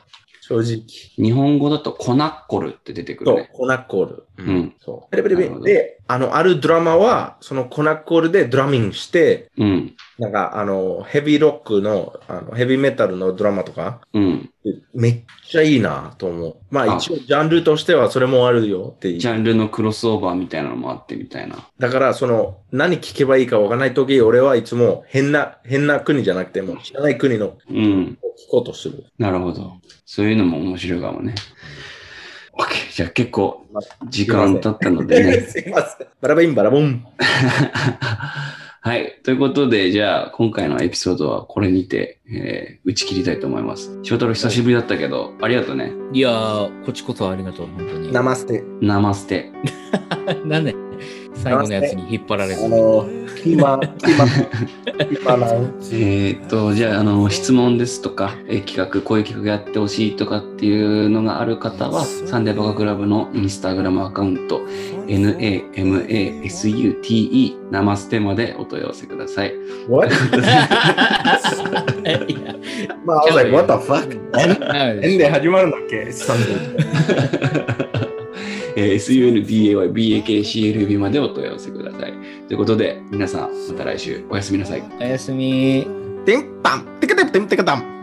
正直。
日本語だとコナッコルって出てくる
そう
ね。、
コナッコール。う
うん。
そう。ペレペレペ
なるほ
レ。
ど
で、あの、あるドラマは、そのコナッコールでドラミングして、
うん。
なんか、あの、ヘビーロックの、あのヘビーメタルのドラマとか、
うん。
めっちゃいいなと思う。まあ
あ
一応、ジャンルとしてはそれもあるよっていう
ジャンルのクロスオーバーみたいなのもあってみたいな。
だから、その、何聞けばいいかわからないとき、俺はいつも変な、変な国じゃなくて、もう知らない国の
うん。
を聞こうとする。
なるほど。そういうのも面白いかもね。OK。じゃあ結構時間経ったのでね。
(laughs) すいません。バラバインバラボン。
(laughs) はい。ということで、じゃあ、今回のエピソードはこれにて、えー打ち切りたいと思います。翔太郎久しぶりだったけど、ありがとうね。
いやー、こっちこそありがとう、本当に。
ナマステ。
ナマステ。
(laughs) なんで最後のやつに引っ張られて
あの、キーマ、キーマ、 (laughs) キーマラン。
えーっと、じゃあ、あの、質問ですとか、えー企画、こういう企画やってほしいとかっていうのがある方は、サンデーバカクラブのインスタグラムアカウント、NAMASUTE、ナマステまでお問い合わせください。
(laughs) い
What?
や
まあ、I was like, what the fuck?
ダメで
円
し
で始まるんだっけサンデー
えー SUNDAYBAKCLB までお問い合わせください。ということで、皆さん、また来週、おやすみなさい。
ょおやすみ。
テンパン、テカテンテカタン。